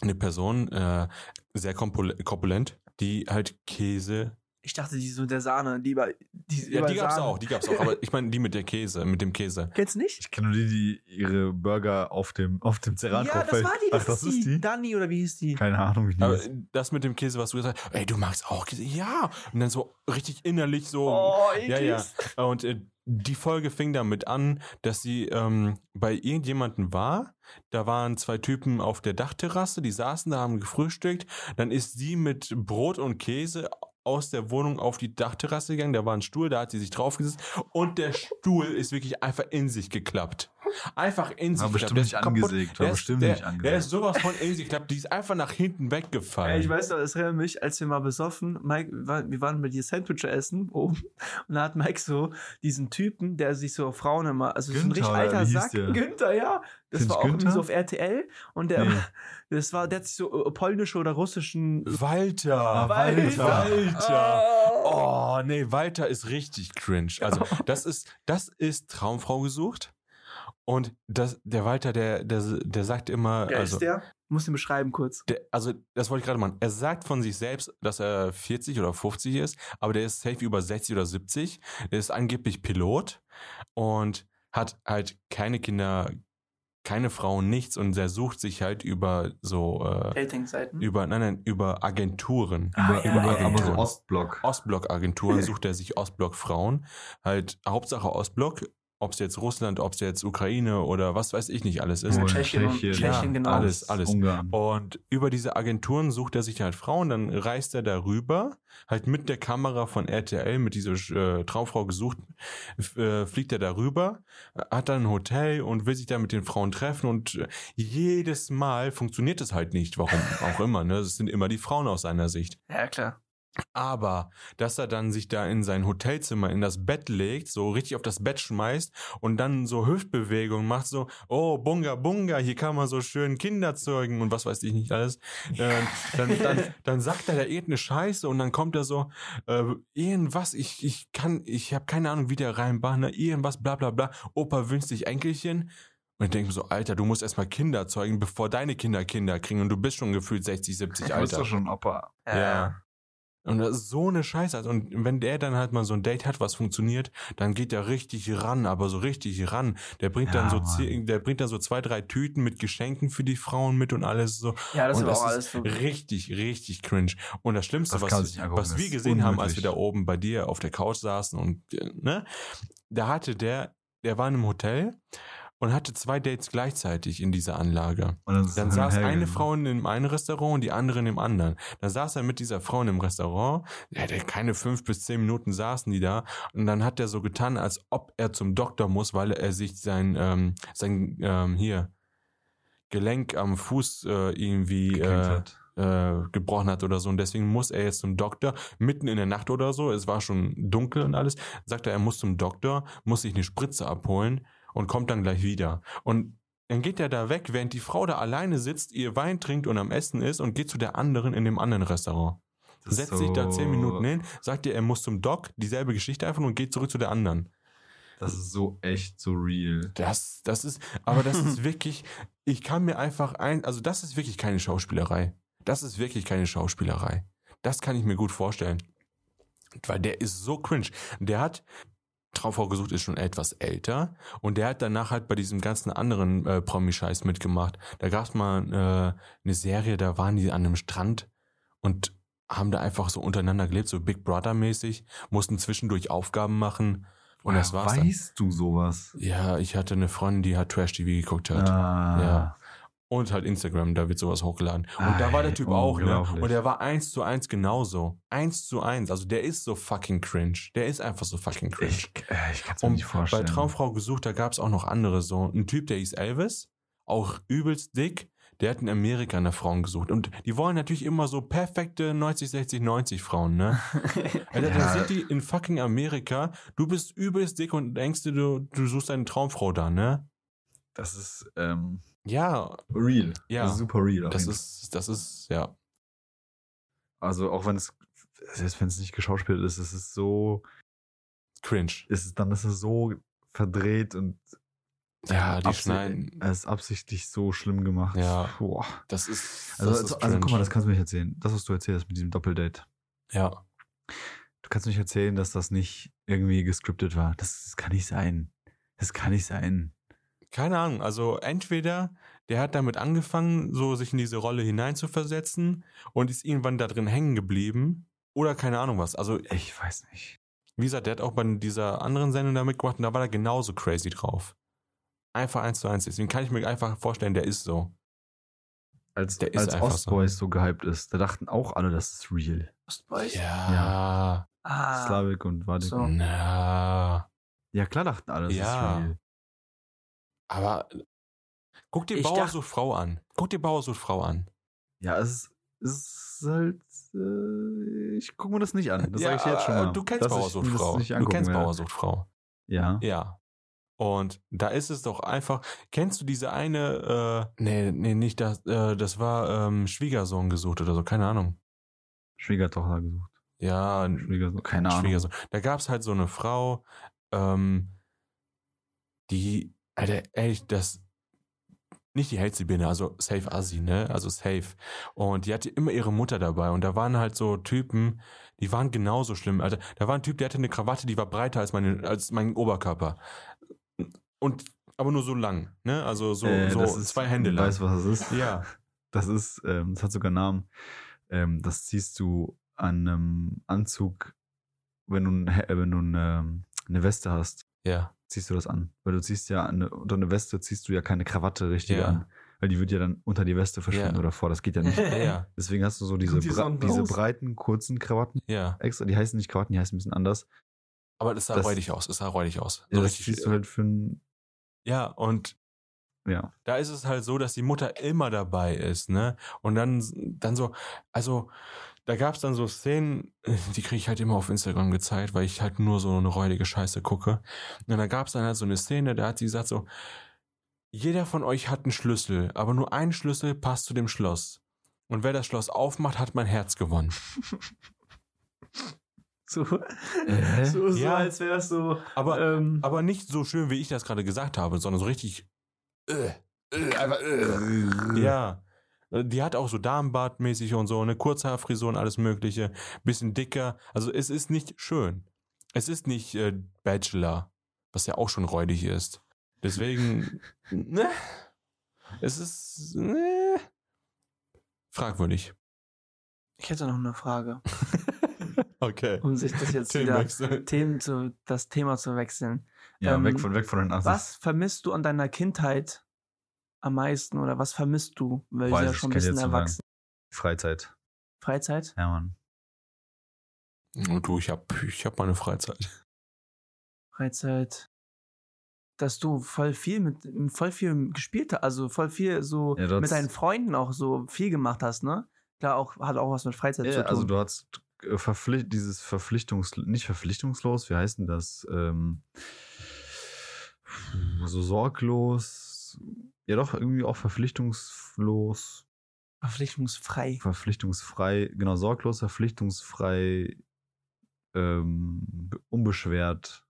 eine Person, äh, sehr kompul- korpulent, die halt Käse. Ich dachte, die so der Sahne, die über die, Ja, über die gab's Sahne. auch, die gab's auch. Aber ich meine, die mit der Käse, mit dem Käse. Kennst du nicht? Ich kenne nur die, die ihre Burger auf dem, auf dem Ceran ja, das kaufen. war die, das, Ach, das ist die? Dani oder wie hieß die? Keine Ahnung, wie die Aber ist. das mit dem Käse, was du gesagt hast, ey, du magst auch Käse. Ja. Und dann so richtig innerlich so. Oh, ja, ja. ekligst. Und äh, die Folge fing damit an, dass sie ähm, bei irgendjemandem war. Da waren zwei Typen auf der Dachterrasse, die saßen da, haben gefrühstückt. Dann ist sie mit Brot und Käse aus der Wohnung auf die Dachterrasse gegangen, da war ein Stuhl, da hat sie sich draufgesetzt und der Stuhl ist wirklich einfach in sich geklappt. Einfach in sich War bestimmt Der nicht ist kaputt. angesägt, war Der ist- bestimmt der, nicht Der angesägt. ist sowas von in sich geklappt, die ist einfach nach hinten weggefallen. Ey, ich weiß noch, es erinnert mich, als wir mal besoffen, Mike, wir waren- wir waren mit dir Sandwich essen oben und da hat Mike so diesen Typen, der sich so auf Frauen immer, also so ein Günther, richtig oder alter wie hieß Sack, der? Günther, ja, das Sind's war auch irgendwie Günther? so auf RTL und der, Nee. das war, der hat sich so äh, polnische oder russischen Walter, Ah, Walter, Walter. Walter. Oh. Oh, nee, Walter ist richtig cringe. Also, das ist, das ist Traumfrau gesucht. Und das, der Walter, der, der, der sagt immer, Wer also, ist der? Muss ihn beschreiben kurz. der, also, das wollte ich gerade machen. Er sagt von sich selbst, dass er 40 oder 50 ist, aber der ist safe über 60 oder 70. Der ist angeblich Pilot und hat halt keine Kinder, keine Frauen, nichts und der sucht sich halt über so, äh, Dating-Seiten. über, nein, nein, über Agenturen. Über, ja, über, ja, ja. Ah, aber so Ostblock. Ostblock-Agenturen sucht er sich Ostblock-Frauen. Halt, Hauptsache Ostblock, ob es jetzt Russland, ob es jetzt Ukraine oder was weiß ich nicht alles ist. Polen, Tschechien und- Tschechien, genau. Alles, alles. Ungarn. Und über diese Agenturen sucht er sich halt Frauen, dann reist er darüber, halt mit der Kamera von RTL, mit dieser äh, Traumfrau gesucht, f- äh, fliegt er darüber, hat dann ein Hotel und will sich da mit den Frauen treffen und äh, jedes Mal funktioniert es halt nicht, warum auch immer, ne? Es sind immer die Frauen aus seiner Sicht. Ja, klar. Aber dass er dann sich da in sein Hotelzimmer in das Bett legt, so richtig auf das Bett schmeißt und dann so Hüftbewegungen macht, so, oh, Bunga Bunga, hier kann man so schön Kinder zeugen und was weiß ich nicht alles. Ähm, dann, dann, dann sagt er da irgendeine Scheiße und dann kommt er so, äh, irgendwas, ich, ich kann, ich habe keine Ahnung, wie der reinbahnt, ne, irgendwas, bla bla bla. Opa wünscht sich Enkelchen. Und ich denke mir so, Alter, du musst erstmal Kinder zeugen, bevor deine Kinder Kinder kriegen und du bist schon gefühlt 60, 70, Du bist Alter. doch schon ein Opa. Ja. Und das ist so eine Scheiße. Also, Und wenn der dann halt mal so ein Date hat, was funktioniert, dann geht der richtig ran, aber so richtig ran. Der bringt Ja, dann so Mann. zehn, der bringt dann so zwei, drei Tüten mit Geschenken für die Frauen mit und alles so. Ja, das Und ist aber das auch ist alles so. Richtig, richtig cringe. Und das Schlimmste, Hm. Das kann man was, sich nicht angucken, was das wir ist gesehen haben, als wir unmöglich. da oben bei dir auf der Couch saßen und äh, ne, da hatte der, der war in einem Hotel und hatte zwei Dates gleichzeitig in dieser Anlage. Und dann, ist Dann es saß Helgen. eine Frau in dem einen Restaurant und die andere in dem anderen. Dann saß er mit dieser Frau in dem Restaurant. Ja, der keine fünf bis zehn Minuten saßen die da. Und dann hat er so getan, als ob er zum Doktor muss, weil er sich sein, ähm, sein ähm, hier Gelenk am Fuß äh, irgendwie Geklinkt äh, hat. äh, gebrochen hat oder so. Und deswegen muss er jetzt zum Doktor, mitten in der Nacht oder so, es war schon dunkel und alles, sagt er, er muss zum Doktor, muss sich eine Spritze abholen und kommt dann gleich wieder. Und dann geht er da weg, während die Frau da alleine sitzt, ihr Wein trinkt und am Essen ist und geht zu der anderen in dem anderen Restaurant. Das ist Setzt sich da zehn so- Minuten hin, sagt ihr, er muss zum Doc, dieselbe Geschichte einfach und geht zurück zu der anderen. Das ist so echt so real. Das, das ist, aber das ist wirklich, ich kann mir einfach ein, also das ist wirklich keine Schauspielerei. Das ist wirklich keine Schauspielerei. Das kann ich mir gut vorstellen. Weil der ist so cringe. Der hat, Traumfrau gesucht ist schon etwas älter und der hat danach halt bei diesem ganzen anderen äh, Promi-Scheiß mitgemacht. Da gab es mal äh, eine Serie, da waren die an einem Strand und haben da einfach so untereinander gelebt, so Big Brother-mäßig, mussten zwischendurch Aufgaben machen und das Ah, war's dann. Weißt du sowas? Ja, ich hatte eine Freundin, die hat Trash TV geguckt hat. Ah. Und halt Instagram, da wird sowas hochgeladen. Und da Ei, war der Typ auch, ne? unglaublich. Und der war eins zu eins genauso. Eins zu eins. Also der ist so fucking cringe. Der ist einfach so fucking cringe. Ich, äh, ich kann es mir Und nicht vorstellen. Bei Traumfrau gesucht, da gab es auch noch andere so. Ein Typ, der hieß Elvis, auch übelst dick, der hat in Amerika nach Frauen gesucht. Und die wollen natürlich immer so perfekte 90, 60, 90 Frauen, ne? Alter, da Ja. sind die in fucking Amerika. Du bist übelst dick und denkst dir, du, du suchst eine Traumfrau da, ne? Das ist ähm, Ja, real. Ja. Das ist super real. auf das jeden ist, das ist, ja. Fall. also auch wenn es selbst wenn es nicht geschauspielt ist, es ist so, Cringe. es ist dann ist es so verdreht und Ja, die absi- äh, schneiden. es ist absichtlich so schlimm gemacht. Ja. Boah. Das ist. Also, das also, ist also guck mal, cringe. das kannst du mir nicht erzählen. Das, was du erzählst mit diesem Doppeldate. Ja. Du kannst mir nicht erzählen, dass das nicht irgendwie gescriptet war. Das, das kann nicht sein. Das kann nicht sein. Keine Ahnung. Also, entweder der hat damit angefangen, so sich in diese Rolle hineinzuversetzen und ist irgendwann da drin hängen geblieben. Oder keine Ahnung was. Also, Ich weiß nicht. wie gesagt, der hat auch bei dieser anderen Sendung da mitgemacht und da war er genauso crazy drauf. Einfach eins zu eins. Deswegen kann ich mir einfach vorstellen, der ist so. Als, Der ist als einfach so. Ostboys so gehypt ist, da dachten auch alle, das ist real. Ostboys? Ja. Ah, Slavik und Vadik. so. Na. Ja, klar dachten alle, das Ja. ist Israel. Aber guck dir Ich Bauer dacht- sucht Frau an. Guck dir Bauer sucht Frau an. Ja, es ist, es ist halt. Äh, ich gucke mir das nicht an. Das Ja, sage ich dir jetzt schon äh, mal. Du kennst Dass ich Bauer sucht mir das Frau. nicht Du angucken kennst werde. Bauer sucht Frau. Ja. Ja. Und da ist es doch einfach. Kennst du diese eine, äh, nee, nee, nicht das, äh, das war ähm, Schwiegersohn gesucht oder so, keine Ahnung. Schwiegertochter gesucht. Ja, Schwiegersohn. Keine Ahnung. Schwiegersohn. Da gab es halt so eine Frau, ähm, die, Alter, ehrlich, das, nicht die hellste Birne, also safe Assi, ne? Also safe. Und die hatte immer ihre Mutter dabei. Und da waren halt so Typen, die waren genauso schlimm, Alter. Da war ein Typ, der hatte eine Krawatte, die war breiter als, meine, als mein Oberkörper. Und, aber nur so lang, ne? Also so, Äh, so das ist- zwei Hände Du lang. weißt, was das ist? ja. Das ist, ähm, das hat sogar einen Namen. Ähm, das ziehst du an einem Anzug, wenn du, ein, He- äh, wenn du ein, ähm, eine Weste hast, Ja. ziehst du das an. Weil du ziehst ja eine, unter eine Weste ziehst du ja keine Krawatte richtig Ja. an. Weil die wird ja dann unter die Weste verschwinden Ja. oder vor. Das geht ja nicht. Ja, ja, Deswegen hast du so diese, Kommt die Bre- Sonne diese raus? breiten, kurzen Krawatten ja. extra. Die heißen nicht Krawatten, die heißen ein bisschen anders. Aber das sah Das- räudig aus, es sah räudig aus. Ja, So das richtig, ziehst du halt für ein, ja, und ja. da ist es halt so, dass die Mutter immer dabei ist, ne? Und dann, dann so, also da gab es dann so Szenen, die kriege ich halt immer auf Instagram gezeigt, weil ich halt nur so eine räudige Scheiße gucke. Und da gab es dann halt so eine Szene, da hat sie gesagt so, jeder von euch hat einen Schlüssel, aber nur ein Schlüssel passt zu dem Schloss. Und wer das Schloss aufmacht, hat mein Herz gewonnen. So, Äh? so, so Ja. als wäre das so. Aber, ähm, aber nicht so schön, wie ich das gerade gesagt habe, sondern so richtig. Äh, äh, einfach, äh. Ja. Äh, Die hat auch so Darmbadmäßig und so, eine Kurzhaarfrisur und alles Mögliche, bisschen dicker. Also es ist nicht schön. Es ist nicht äh, Bachelor, was ja auch schon räudig ist. Deswegen, ne? Es ist ne? fragwürdig. Ich hätte noch eine Frage, Okay. um sich das jetzt wieder Themenwechsel. Themen zu, das Thema zu wechseln. Ja, Ähm, weg von, weg von den Assis. Was vermisst du an deiner Kindheit am meisten oder was vermisst du? Weil Weiß du ja ich, schon ein kann ich bisschen jetzt nicht sagen. erwachsen. Freizeit. Freizeit? Ja, Mann. Oh, Du, ich hab, ich hab meine Freizeit. Freizeit. Dass du voll viel mit voll viel gespielt hast, also voll viel so Ja, du mit hast- deinen Freunden auch so viel gemacht hast, ne? Klar, auch hat auch was mit Freizeit zu Ja, tun. also du hast äh, verpflicht, dieses Verpflichtungs, nicht verpflichtungslos, wie heißt denn das? Ähm, so sorglos, ja doch, irgendwie auch verpflichtungslos, Verpflichtungsfrei. verpflichtungsfrei, genau, sorglos, verpflichtungsfrei, ähm, unbeschwert,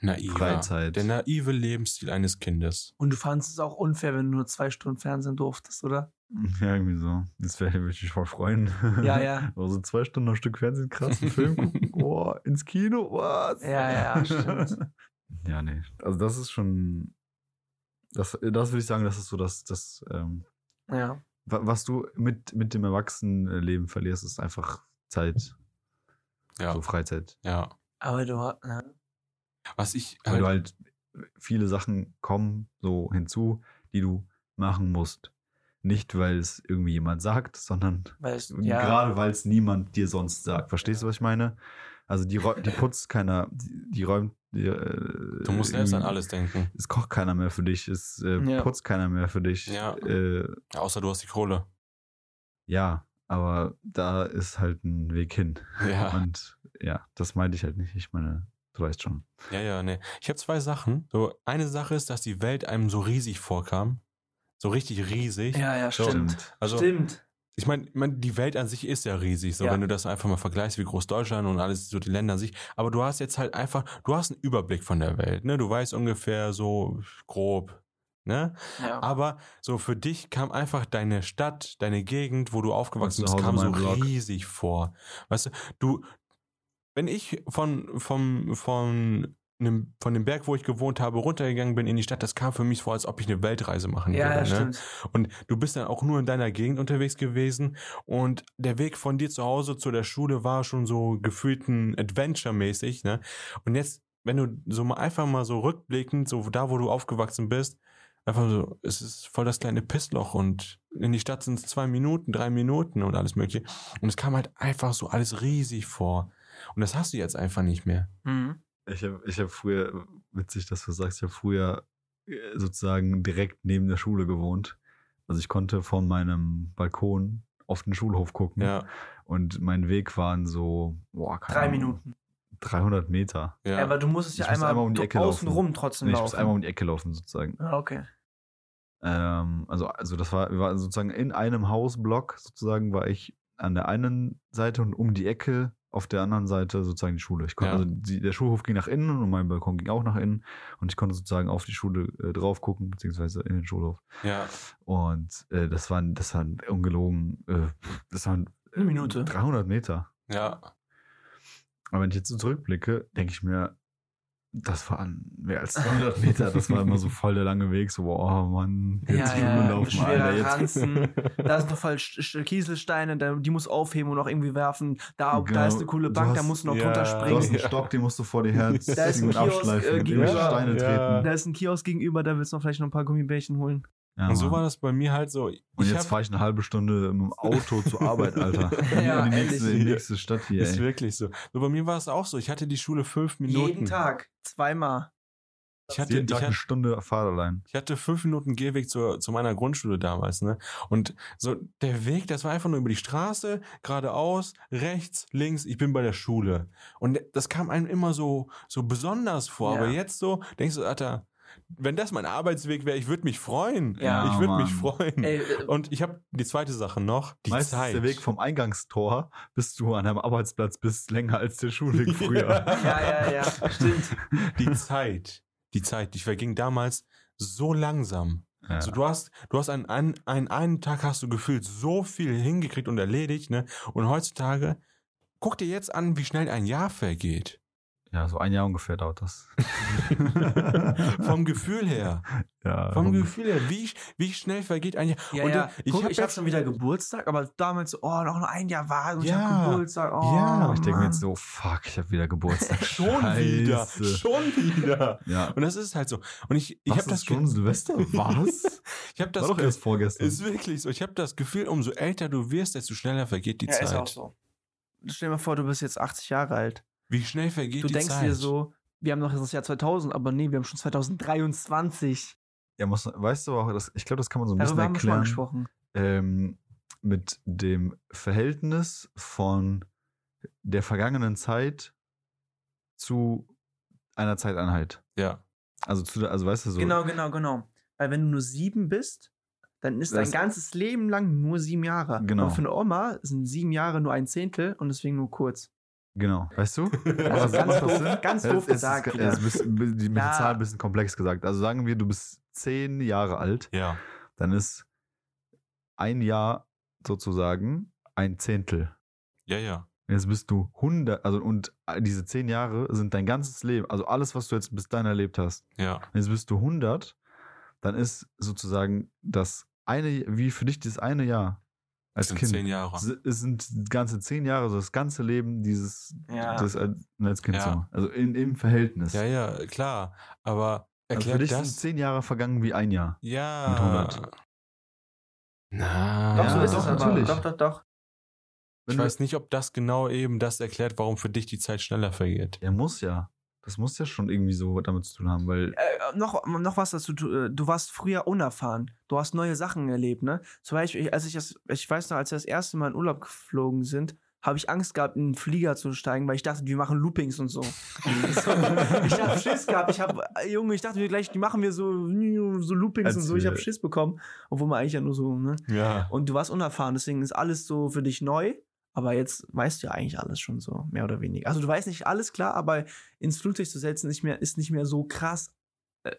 Naiv. Freizeit. Der naive Lebensstil eines Kindes. Und du fandest es auch unfair, wenn du nur zwei Stunden Fernsehen durftest, oder? Ja, irgendwie so. Das wär- würde ich mich voll freuen. Ja, ja. Also zwei Stunden am Stück Fernsehen, krass, einen Film gucken, oh, ins Kino, was? Ja, ja, stimmt. Ja, nee. Also das ist schon, das, das würde ich sagen, das ist so das, das ähm, Ja. wa- was du mit, mit dem Erwachsenenleben verlierst, ist einfach Zeit, Ja. so Freizeit. Ja. Aber du ne, hast. Ja. Was ich Weil halt, du halt viele Sachen kommen so hinzu, die du machen musst. Nicht, weil es irgendwie jemand sagt, sondern Weil es, ja. Gerade weil es niemand dir sonst sagt. Verstehst du, was ich meine? Also die, räu- die putzt keiner, die, die räumt. Die, äh, du musst selbst an alles denken. Es kocht keiner mehr für dich, es äh, Ja. putzt keiner mehr für dich. Ja. Äh, Außer du hast die Kohle. ja, aber da ist halt ein Weg hin. Ja, Und ja, das meinte ich halt nicht. Ich meine, du weißt schon. ja, ja, nee. Ich habe zwei Sachen. So, eine Sache ist, dass die Welt einem so riesig vorkam. So richtig riesig. ja, ja, stimmt. also, stimmt. ich meine, ich mein, die Welt an sich ist ja riesig. So, Ja. wenn du das einfach mal vergleichst, wie groß Deutschland und alles, so die Länder an sich. Aber du hast jetzt halt einfach, du hast einen Überblick von der Welt, ne? Du weißt ungefähr so grob, ne? Ja. Aber so für dich kam einfach deine Stadt, deine Gegend, wo du aufgewachsen Zu bist, Hause kam so mein Blog. riesig vor. Weißt du, du, wenn ich von, vom, von, einem, von dem Berg, wo ich gewohnt habe, runtergegangen bin in die Stadt, das kam für mich vor, als ob ich eine Weltreise machen ja, ja, würde. ne? stimmt. Und du bist dann auch nur in deiner Gegend unterwegs gewesen und der Weg von dir zu Hause zu der Schule war schon so gefühlt ein Adventure-mäßig, ne? Und jetzt, wenn du so mal einfach mal so rückblickend, so da, wo du aufgewachsen bist, einfach so, es ist voll das kleine Pissloch und in die Stadt sind es zwei Minuten, drei Minuten und alles mögliche. Und es kam halt einfach so alles riesig vor. Und das hast du jetzt einfach nicht mehr. Mhm. Ich habe ich hab früher, witzig, dass du sagst, ich habe früher äh, sozusagen direkt neben der Schule gewohnt. Also ich konnte von meinem Balkon auf den Schulhof gucken. Ja, Und mein Weg waren so boah, keine Drei Ahnung, Minuten. 300 Meter. ja. Aber du musst es Ich ja muss einmal, einmal um die du- Ecke außen laufen. rum trotzdem Nee, ich muss laufen. einmal um die Ecke laufen sozusagen. ah, okay. Ähm, also, also das war, wir waren sozusagen in einem Hausblock, sozusagen war ich an der einen Seite und um die Ecke auf der anderen Seite sozusagen die Schule. Ich konnte, Ja. also die, der Schulhof ging nach innen und mein Balkon ging auch nach innen und ich konnte sozusagen auf die Schule äh, drauf gucken, beziehungsweise in den Schulhof. ja. Und äh, das waren, das waren ungelogen, äh, das waren Eine Minute. 300 Meter. Ja, Aber wenn ich jetzt so zurückblicke, denke ich mir, das waren mehr als 300 Meter. Das war immer so voll der lange Weg, so, oh Mann, jetzt Ja, Schule ja, laufen, schwerer Alter, jetzt Ranzen. Da sind noch voll Sch- Sch- Kieselsteine, da- die muss aufheben und auch irgendwie werfen. Da, Genau. da ist eine coole Du Bank, da hast- musst du noch ja, drunter Du hast springen. einen Ja. Stock, den musst du vor dir her ziehen Da ist ein und Kiosk, abschleifen, äh, und gegenüber. über Steine Ja. treten. Da ist ein Kiosk gegenüber, da willst du noch vielleicht noch ein paar Gummibärchen holen. Ja, Und so Mann. war das bei mir halt so. und ich jetzt hab, fahre ich eine halbe Stunde mit dem Auto zur Arbeit, Alter. Ja, in die nächste, ehrlich. in die nächste Stadt hier, ist ey. wirklich so. so. Bei mir war es auch so. Ich hatte die Schule fünf Minuten. Jeden Tag, zweimal. Ich hatte, Jeden ich Tag eine hatte, Stunde Fahrt allein. ich hatte fünf Minuten Gehweg zur, zu meiner Grundschule damals. Ne? Und so der Weg, das war einfach nur über die Straße, geradeaus, rechts, links. Ich bin bei der Schule. Und das kam einem immer so, so besonders vor. Ja. Aber jetzt so, denkst du, Alter, wenn das mein Arbeitsweg wäre, ich würde mich freuen. Ja. ich würde Mann. mich Hm. freuen. Ey, äh, Und ich habe die zweite Sache noch, die Meistens Zeit. ist der Weg vom Eingangstor, bis du an deinem Arbeitsplatz bist, länger als der Schulweg früher. ja, ja, ja, stimmt. die Zeit, die Zeit, die verging damals so langsam. Ja. Also du hast, du hast an, an, an einem Tag hast du gefühlt so viel hingekriegt und erledigt, ne? Und heutzutage, guck dir jetzt an, wie schnell ein Jahr vergeht. ja, so ein Jahr ungefähr dauert das. Vom Gefühl her. ja, Vom Gefühl her, wie, wie schnell vergeht ein Jahr. Ja, Und ja. ich Ich Guck, hab hab ich habe jetzt- schon wieder Geburtstag, aber damals so, oh, noch ein Jahr war und ich Ja. habe Geburtstag. Oh, Ja, Aber ich denke mir Mann. jetzt so, fuck, ich habe wieder Geburtstag. Schon wieder. Scheiße. Schon wieder. Ja. Und das ist halt so. Und ich, ich Was habe ist das, schon ge- Silvester? Was? ich hab das War doch ge- erst vorgestern. Ist wirklich so. Ich habe das Gefühl, umso älter du wirst, desto schneller vergeht die ja, Zeit. ist auch so. Stell dir mal vor, du bist jetzt 80 Jahre alt. Wie schnell vergeht Du die denkst Zeit? dir so, wir haben noch das Jahr 2000, aber nee, wir haben schon 2023. Ja, muss, weißt du auch, das, ich glaube, das kann man so ein bisschen Darüber haben wir schon mal erklären. gesprochen. ähm, mit dem Verhältnis von der vergangenen Zeit zu einer Zeiteinheit. Ja. Also, zu, der- also weißt du so. Genau, genau, genau. Weil wenn du nur sieben bist, dann ist dein Das- ganzes Leben lang nur sieben Jahre. Genau. Aber für eine Oma sind sieben Jahre nur ein Zehntel und deswegen nur kurz. Genau. Weißt du? Also ganz ganz doof- doof, ganz Es- doof es gesagt. Ist, wieder. es ist ein bisschen- die mit der Ja. Zahl ein bisschen komplex gesagt. Also sagen wir, du bist zehn Jahre alt, Ja. dann ist ein Jahr sozusagen ein Zehntel. Ja, ja. Jetzt bist du 100, also und diese 10 Jahre sind dein ganzes Leben, also alles, was du jetzt bis dahin erlebt hast. Ja. Jetzt bist du 100, dann ist sozusagen das eine, wie für dich das eine Jahr das als sind Kind. zehn Jahre. S- Es sind ganze 10 Jahre, also das ganze Leben dieses, Ja. das als als Kind. Ja. So. Also in, im Verhältnis. Ja, ja, klar. Aber also für erklärt dich sind das. 10 Jahre vergangen wie ein Jahr. ja. mit 100. Na. doch, Ja, so ist doch, es aber. natürlich. Doch, doch, doch. Wenn Ich du- weiß nicht, ob das genau eben das erklärt, warum für dich die Zeit schneller vergeht. Ja, muss ja. Das muss ja schon irgendwie so damit zu tun haben, weil Äh, noch, noch was dazu, du, äh, du warst früher unerfahren. Du hast neue Sachen erlebt, ne? Zum Beispiel, als ich das, ich weiß noch, als wir das erste Mal in Urlaub geflogen sind, habe ich Angst gehabt, in einen Flieger zu steigen, weil ich dachte, wir machen Loopings und so. ich habe Schiss gehabt. Ich habe, Junge, ich dachte, wir gleich, die machen wir so, so Loopings und so. Ich habe Erzähl. Schiss bekommen, obwohl man eigentlich ja nur so, ne? Ja. Und du warst unerfahren, deswegen ist alles so für dich neu. Aber jetzt weißt du ja eigentlich alles schon so, mehr oder weniger. Also du weißt nicht alles klar, aber ins Flugzeug zu setzen ist, mehr, ist nicht mehr so krass äh,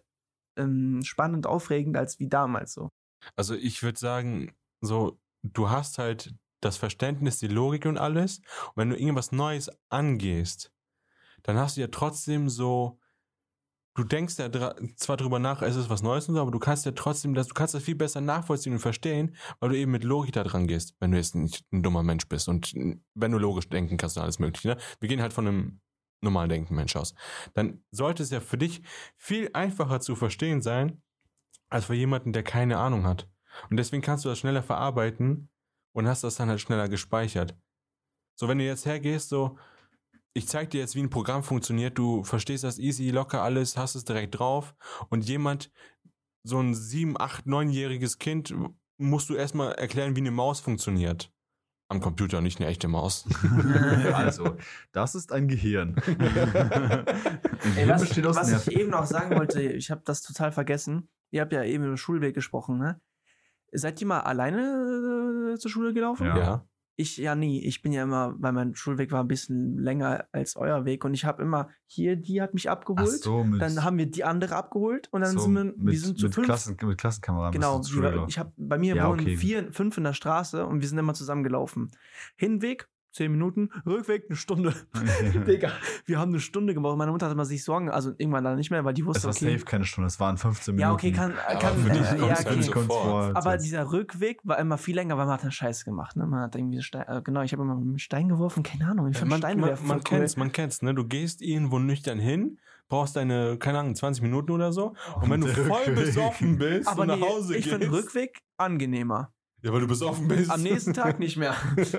ähm, spannend, aufregend als wie damals so. Also ich würde sagen, so, du hast halt das Verständnis, die Logik und alles. Und wenn du irgendwas Neues angehst, dann hast du ja trotzdem so, du denkst ja dra zwar drüber nach, es ist was Neues und so, aber du kannst ja trotzdem, das, du kannst das viel besser nachvollziehen und verstehen, weil du eben mit Logik da dran gehst, wenn du jetzt nicht ein dummer Mensch bist und wenn du logisch denken kannst und alles mögliche. Ne? Wir gehen halt von einem normal denkenden Mensch aus. Dann sollte es ja für dich viel einfacher zu verstehen sein, als für jemanden, der keine Ahnung hat. Und deswegen kannst du das schneller verarbeiten und hast das dann halt schneller gespeichert. So, wenn du jetzt hergehst, so, ich zeig dir jetzt, wie ein Programm funktioniert, du verstehst das easy, locker alles, hast es direkt drauf und jemand, so ein sieben, acht, neunjähriges Kind, musst du erstmal erklären, wie eine Maus funktioniert. Am Computer, nicht eine echte Maus. also, das ist ein Gehirn. Ey, Gehirn was besteht aus was Nerven. ich eh eben noch sagen wollte, ich habe das total vergessen. Ihr habt ja eben über Schulweg gesprochen, ne? Seid ihr mal alleine äh, zur Schule gelaufen? Ja. ja. Ich ja nie. Ich bin ja immer, weil mein Schulweg war ein bisschen länger als euer Weg und ich habe immer hier, die hat mich Ach abgeholt. so, mit, Dann haben wir die andere abgeholt und dann so, sind wir, wir sind zu mit, fünf. Klassen, mit Klassenkameraden. bist genau, du zur Schule wir, gelaufen. ich habe bei mir Ja, wohnen okay. vier, fünf in der Straße und wir sind immer zusammen gelaufen. Hinweg zehn Minuten, Rückweg eine Stunde. Digga, wir haben eine Stunde gebraucht. Meine Mutter hat immer sich Sorgen, also irgendwann dann nicht mehr, weil die wusste, Es war okay. safe keine Stunde, es waren 15 Minuten. Ja, okay, kann. Aber kann für dich äh, kommt's ja, halt okay. so vor. Aber dieser Rückweg war immer viel länger, weil man hat dann Scheiß gemacht. Ne? Man hat irgendwie einen Stein, äh, genau, ich habe immer mit einem Stein geworfen, keine Ahnung, ich Ja, fand man, Stein man, werfen. man voll cool. kennt's, man kennt's, ne? Du gehst irgendwo nüchtern hin, brauchst deine, keine Ahnung, 20 Minuten oder so. Und wenn du der voll Rückweg. besoffen bist Aber und nee, nach Hause ich gehst. finde Rückweg angenehmer. ja, weil du besoffen bist. Am nächsten Tag nicht mehr.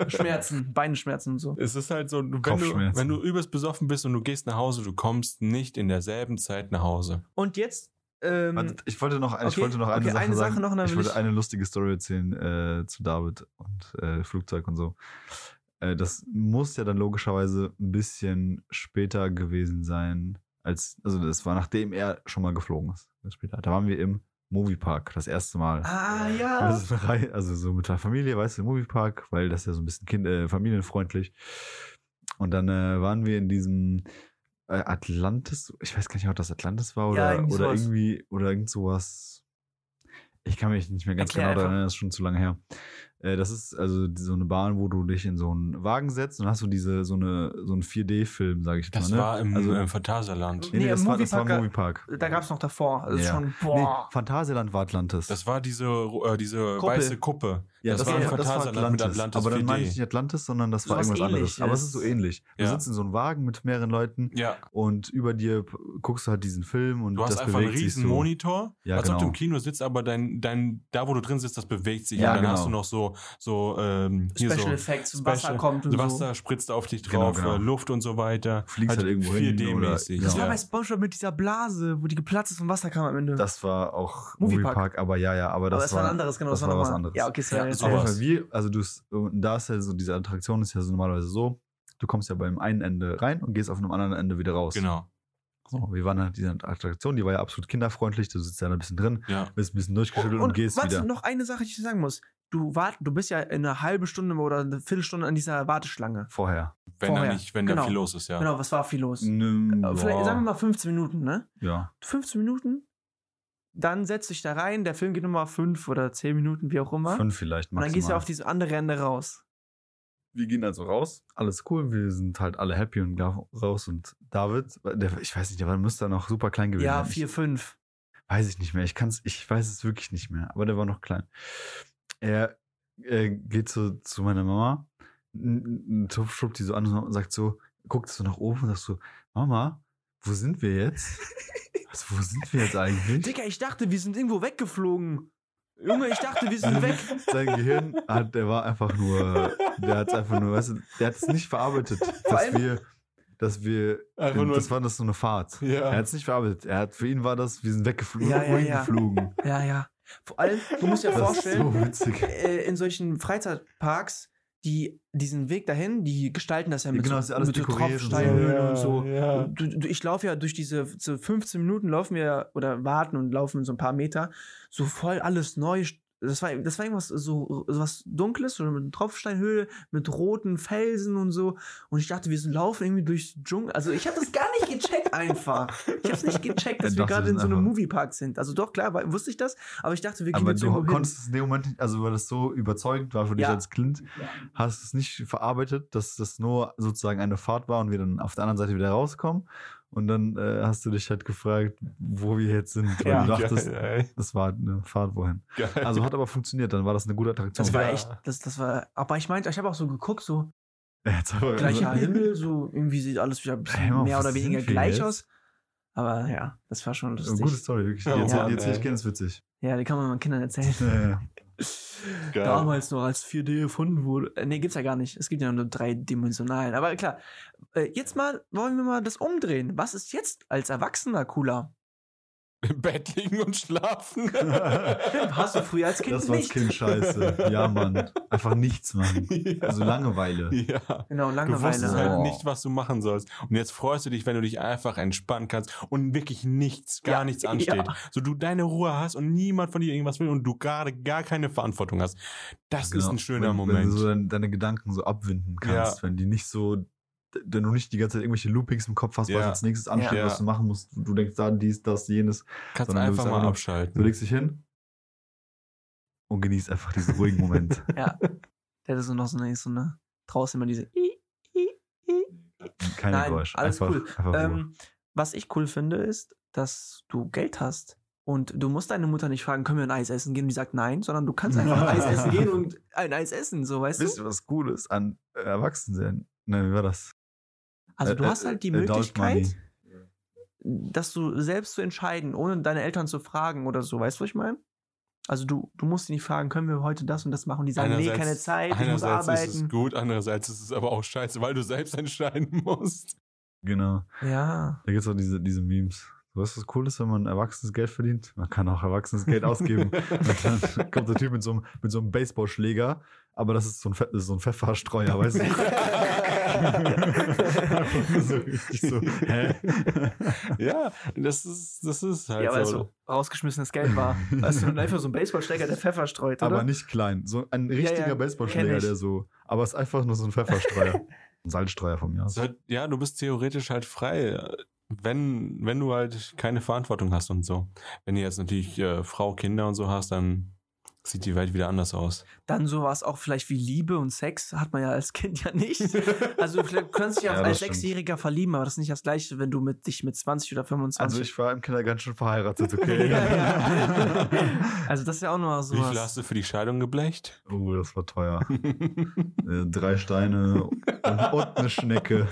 Schmerzen, Beinschmerzen und so. Es ist halt so, du- wenn du, Kopfschmerzen. wenn du übelst besoffen bist und du gehst nach Hause, du kommst nicht in derselben Zeit nach Hause. Und jetzt, ähm, Warte, ich wollte noch, ich okay, wollte noch eine, okay, Sache, eine Sache sagen. noch und dann ich will wollte ich- eine lustige Story erzählen äh, zu David und äh, Flugzeug und so. Äh, das muss ja dann logischerweise ein bisschen später gewesen sein, als also das war nachdem er schon mal geflogen ist. Später. Da waren wir im Moviepark das erste Mal. ah ja. Das ist eine Reihe, also so mit der Familie, weißt du, im Moviepark, weil das ist ja so ein bisschen kind, äh, familienfreundlich. Und dann äh, waren wir in diesem äh, Atlantis, ich weiß gar nicht, ob das Atlantis war Ja, oder, irgendwie oder sowas. irgendwie oder irgend sowas. Ich kann mich nicht mehr ganz Erklär genau daran einfach. erinnern, das ist schon zu lange her. Äh, das ist also die- so eine Bahn, wo du dich in so einen Wagen setzt und hast du diese so eine so einen 4D-Film, sage ich Das mal. ne? war im also, also, Phantasialand. nee, nee, Nee, das, im war, das war im Moviepark- äh, Moviepark. da gab es noch davor. Also Ja. schon, Nee, boah. Phantasialand war Atlantis. Das war diese, ro- äh, diese Kuppel. weiße Kuppe. Ja, das, war, das war Phantasialand Atlantis. aber dann meine ich nicht 4D. Atlantis, sondern das So war was irgendwas anderes. Ähnliches. Aber es ist so ähnlich. Du Ja. sitzt in so einem Wagen mit mehreren Leuten Ja, und über dir p- guckst du halt diesen Film und du hast das einfach einen bewegt sich riesen so. Monitor, Ja, als ob du genau. im Kino sitzt, aber dein, dein, da wo du drin sitzt, das bewegt sich. Ja, und dann genau. hast du noch so, so, ähm, hier Special so Effects, Special- Wasser kommt und Wasser so. spritzt auf dich Genau, drauf, genau. äh, Luft und so weiter. Fliegst halt irgendwo hin oder- 4D-mäßig. Das Das war bei SpongeBob mit dieser Blase, wo die geplatzt ist und Wasser kam am Ende. Das war auch Moviepark. Moviepark, aber ja, ja, aber das, Aber es war ein anderes, genau. das es war was nochmal- anderes. Ja, okay, Ja, sorry. Auf jeden sowas. erzähl. Fall wie, also du, s- und da ist ja so, diese Attraktion ist ja so normalerweise so, du kommst ja beim einen Ende rein und gehst auf einem anderen Ende wieder raus. Genau, So, wir waren halt diese Attraktion, die war ja absolut kinderfreundlich, du sitzt ja da ein bisschen drin, ja. bist ein bisschen durchgeschüttelt Und, und, gehst warte, wieder. noch eine Sache, die ich dir sagen muss. Du, wart, du bist ja in einer halben Stunde oder eine Viertelstunde an dieser Warteschlange. Vorher. Wenn, da, Vorher. nicht, wenn da Genau. viel los ist, ja. Genau, was war viel Hm, los? Nimm- Äh, Vielleicht, ja. sagen wir mal 15 Minuten, ne? ja. 15 Minuten, dann setzt dich da rein, der Film geht nochmal 5 oder 10 Minuten, wie auch immer. Fünf vielleicht und maximal. dann gehst du auf dieses andere Ende raus. wir gehen also raus, alles cool, wir sind halt alle happy und gehen raus und David, der, ich weiß nicht, der war, müsste noch super klein gewesen Ja, sein. 4, 5. Ich, weiß ich nicht mehr, ich kann's, ich weiß es wirklich nicht mehr, aber der war noch klein. Er, er geht so zu meiner Mama, n- n- so schubbt die so an und sagt so, guckt so nach oben und sagt so, Mama, wo sind wir jetzt? Also, wo sind wir jetzt eigentlich? Digga, ich dachte, wir sind irgendwo weggeflogen. Junge, ich dachte, wir sind weg. Sein Gehirn hat, der war einfach nur, der hat es einfach nur, weißt du, der hat es nicht verarbeitet, dass allem- wir, dass wir Einfach nur, das war das so eine Fahrt. Er ja. hat es nicht verarbeitet. Er hat, für ihn war das, wir sind weggeflogen. Ja, ja, ja. geflogen. Ja, ja. Vor allem, du musst dir Das ist vorstellen, so witzig. äh, in solchen Freizeitparks, die diesen Weg dahin, die gestalten das ja mit Genau, das ist so, alles mit so dekoriert und so. Tropfsteinhöhlen und so. Ja. Du, du, ich laufe ja durch diese so 15 Minuten laufen wir oder warten und laufen so ein paar Meter, so voll alles neu. Das war, das war irgendwas so, so was Dunkles, so mit Tropfsteinhöhle, mit roten Felsen und so. Und ich dachte, wir sind laufen irgendwie durch Dschungel. Also ich habe das gar nicht gecheckt einfach. Ich habe nicht gecheckt, dass Er wir dachte, gerade wir in so sind einem einfach- Moviepark sind. Also doch, klar, weil- wusste ich das, aber ich dachte, wir gehen Aber jetzt du irgendwo hin. konntest es in dem Moment, nicht- also weil das so überzeugend war für dich Ja. als Kind, hast es nicht verarbeitet, dass das nur sozusagen eine Fahrt war und wir dann auf der anderen Seite wieder rauskommen. Und dann äh, hast du dich halt gefragt, wo wir jetzt sind. Weil Ja. du dachtest, Geil, das war eine Fahrt wohin. ey. Geil. Also hat aber funktioniert, dann war das eine gute Attraktion. Das war Ja. echt, das, das war, aber ich meinte, ich habe auch so geguckt, so Er hat's aber- also gleicher Himmel, so irgendwie sieht alles wieder ein bisschen Hey, Mann, mehr wo oder sind weniger wir gleich jetzt? aus. Aber ja, das war schon Eine gute lustig. Story, wirklich. Ja, Die erzähl- Mann, die erzähl ich ey. gerne, ist witzig. Ja, die kann man meinen Kindern erzählen. Ja, ja. Geil. Damals noch, als 4D erfunden wurde. Äh, Nee, gibt's ja gar nicht. Es gibt ja nur dreidimensionalen. Aber klar, äh, jetzt mal wollen wir mal das umdrehen. Was ist jetzt als Erwachsener cooler? Im Bett liegen und schlafen. Hast du früher als Kind Das war als nicht. Kind scheiße. Ja, Mann. Einfach nichts machen. ja. Also Langeweile. ja. Genau, Du wusstest Langeweile. halt Oh. nicht, was du machen sollst. Und jetzt freust du dich, wenn du dich einfach entspannen kannst und wirklich nichts, gar Ja, nichts ansteht. ja. So du deine Ruhe hast und niemand von dir irgendwas will und du gerade gar keine Verantwortung hast. Das ist Genau. ein schöner wenn, Moment. Wenn du so deine, deine Gedanken so abwinden kannst, wenn die nicht so, wenn du nicht die ganze Zeit irgendwelche Loopings im Kopf hast, was Ja. als nächstes ansteht, Ja. was du machen musst. Du denkst da dies, das, jenes. kannst sondern du einfach bist mal einfach- Du abschalten. legst dich hin und genießt einfach diesen ruhigen Moment. Der hatte so noch so eine, so eine draußen immer diese. Keine Nein, Geräusche. alles einfach, cool. Einfach Ruhe. Ähm, was ich cool finde, ist, dass du Geld hast. Und du musst deine Mutter nicht fragen, können wir ein Eis essen gehen? Und die sagt nein, sondern du kannst einfach ein Eis essen gehen und ein Eis essen, so weißt Wisst du? ihr, was cool ist an äh, Erwachsensein? Nein, wie war das? Also äh, du Ä- hast ä- halt die Adult Möglichkeit, Money. dass du selbst zu entscheiden, ohne deine Eltern zu fragen oder so, weißt du, was ich meine? Also du, du musst die nicht fragen, können wir heute das und das machen? Und die sagen, nee, keine Zeit, ich muss einerseits ist es arbeiten. gut, andererseits ist es aber auch scheiße, weil du selbst entscheiden musst. Genau. Ja. Da gibt es auch diese, diese Memes. So, Weißt du, was cool ist, wenn man erwachsenes Geld verdient? Man kann auch erwachsenes Geld ausgeben. Und dann kommt der Typ mit so einem, mit so einem Baseballschläger, aber das ist so ein, Fe das ist so ein Pfefferstreuer, weißt du? Einfach nur so richtig so, hä? ja, das ist, das ist halt ja, weil es so. so rausgeschmissenes Geld war. Weißt du, und einfach so ein Baseballschläger, der Pfeffer streut, oder? Aber nicht klein. So ein richtiger ja, kenn Baseballschläger, ich. der so. Aber es ist einfach nur so ein Pfefferstreuer. ein Salzstreuer von mir Es aus. ist halt, ja, du bist theoretisch halt frei, wenn, wenn du halt keine Verantwortung hast und so. Wenn du jetzt natürlich äh, Frau, Kinder und so hast, dann sieht die Welt wieder anders aus. Dann sowas auch vielleicht wie Liebe und Sex hat man ja als Kind ja nicht. Also vielleicht kannst du dich Ja, auch das als stimmt. Sechsjähriger verlieben, aber das ist nicht das Gleiche, wenn du mit, dich mit 20 oder 25... Also ich war im Kindergarten schon verheiratet, okay? Ja, ja. also das ist ja auch nochmal Wie viel sowas. hast du für die Scheidung geblecht? Oh, das war teuer. Äh, Drei Steine und, und eine Schnecke.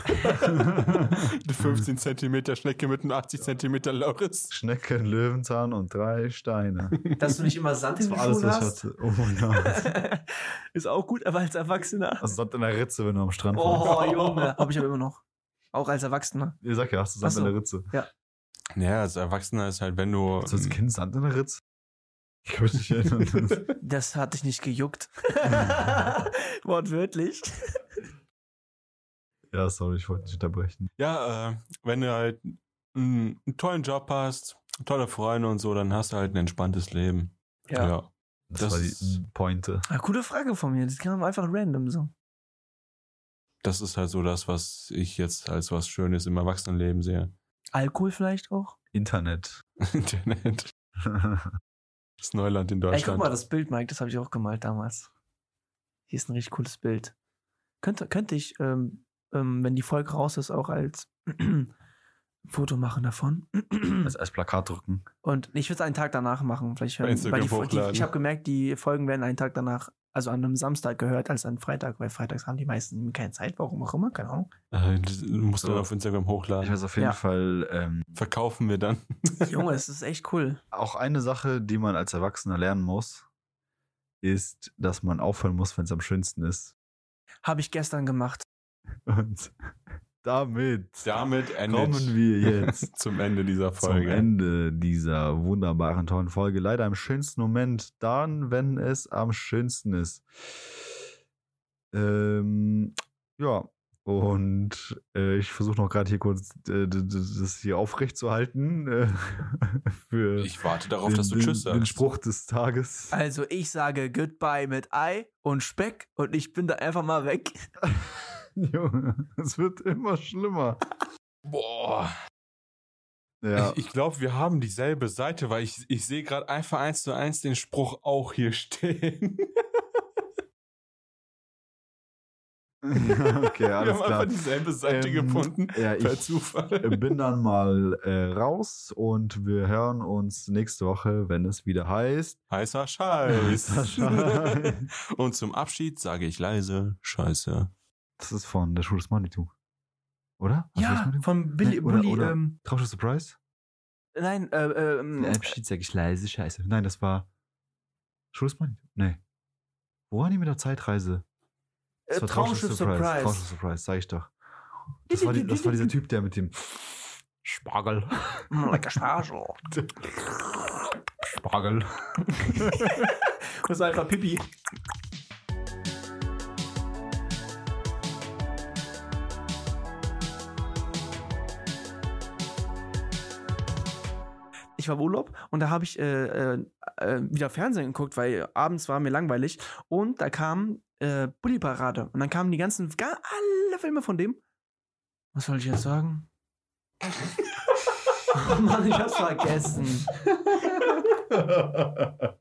Die 15 Zentimeter Schnecke mit einem 80 Zentimeter Loris. Schnecke, ein Löwenzahn und drei Steine. Dass du nicht immer Sand Das in war den alles, Schuhen was hast. ich hatte. Oh mein Gott. ist auch gut, aber als Erwachsener. Also Sand in der Ritze, wenn du am Strand warst. Oh, Junge. Hab ich aber immer noch. Auch als Erwachsener. Ihr sagt ja, hast du Ach Sand so. Oh, in der Ritze. Ja, als Erwachsener ist halt, wenn du. Hast du als Kind Sand in der Ritze? Ich kann mich nicht erinnern. Das hat dich nicht gejuckt. Wortwörtlich. Ja, sorry, ich wollte nicht unterbrechen. Ja, äh, wenn du halt einen, einen tollen Job hast, tolle Freunde und so, dann hast du halt ein entspanntes Leben. ja. Das, Das war ist- die Pointe. Ah, Coole Frage von mir. Das kam einfach random so. Das ist halt so das, was ich jetzt als was Schönes im Erwachsenenleben sehe. Alkohol vielleicht auch? Internet. Internet. Das Neuland in Ey, Deutschland. guck mal, das Bild, Mike, das habe ich auch gemalt damals. Hier ist ein richtig cooles Bild. Könnte, könnte ich, ähm, ähm, wenn die Folge raus ist, auch als Foto machen davon. als, als Plakat drücken. Und ich würde es einen Tag danach machen. Vielleicht hören, Instagram weil die, Fol- die, hochladen. ich habe gemerkt, die Folgen werden einen Tag danach, also an einem Samstag gehört, als an Freitag, weil freitags haben die meisten keine Zeit, warum auch immer, keine Ahnung. Äh, das musst du dann auf Instagram Ich hochladen. weiß auf jeden Ja. Fall, ähm, Verkaufen wir dann. Junge, es ist echt cool. auch eine Sache, die man als Erwachsener lernen muss, ist, dass man aufhören muss, wenn es am schönsten ist. Habe ich gestern gemacht. Und damit Damit endet kommen wir jetzt zum Ende dieser zum Folge. Ende dieser wunderbaren, tollen Folge. Leider im schönsten Moment, dann, wenn es am schönsten ist. Ähm, ja, und äh, ich versuche noch gerade hier kurz äh, d- d- das hier aufrecht zu halten. Äh, für Ich warte darauf, den, dass du den, Tschüss sagst. Den Spruch des Tages. Also ich sage Goodbye mit Ei und Speck und ich bin da einfach mal weg. Junge, es wird immer schlimmer. Boah. Ja. Ich, ich glaube, wir haben dieselbe Seite, weil ich, ich sehe gerade einfach eins zu eins den Spruch auch hier stehen. okay, wir alles haben klar. einfach dieselbe Seite Ähm, gefunden. Ja, per ich Zufall. bin dann mal äh, raus und wir hören uns nächste Woche, wenn es wieder heißt. Heißer Scheiß. Das Und zum Abschied sage ich leise Scheiße. ist von der Schule des Manitou. Oder? Ja, von von Billy, Oder- Bully, ne, oder- ähm, Trausche Surprise? Nein, äh, äh, ähm, Im Hm, Abschied sag ich leise Scheiße. Nein, das war. Schulzmann? Nee. Wo waren die mit der Zeitreise? äh, Traumschiff Surprise. Traumschiff Surprise, sag ich doch. Das war, die, das war dieser Typ, der mit dem Spargel. Mm, Lecker Spargel. Spargel. Das ist einfach Pipi. Ich war im Urlaub und da habe ich äh, äh, äh, wieder Fernsehen geguckt, weil abends war mir langweilig. Und da kam äh, Bulli Parade. Und dann kamen die ganzen, ga- alle Filme von dem. Was soll ich jetzt sagen? oh Mann, ich hab's vergessen. Spargel.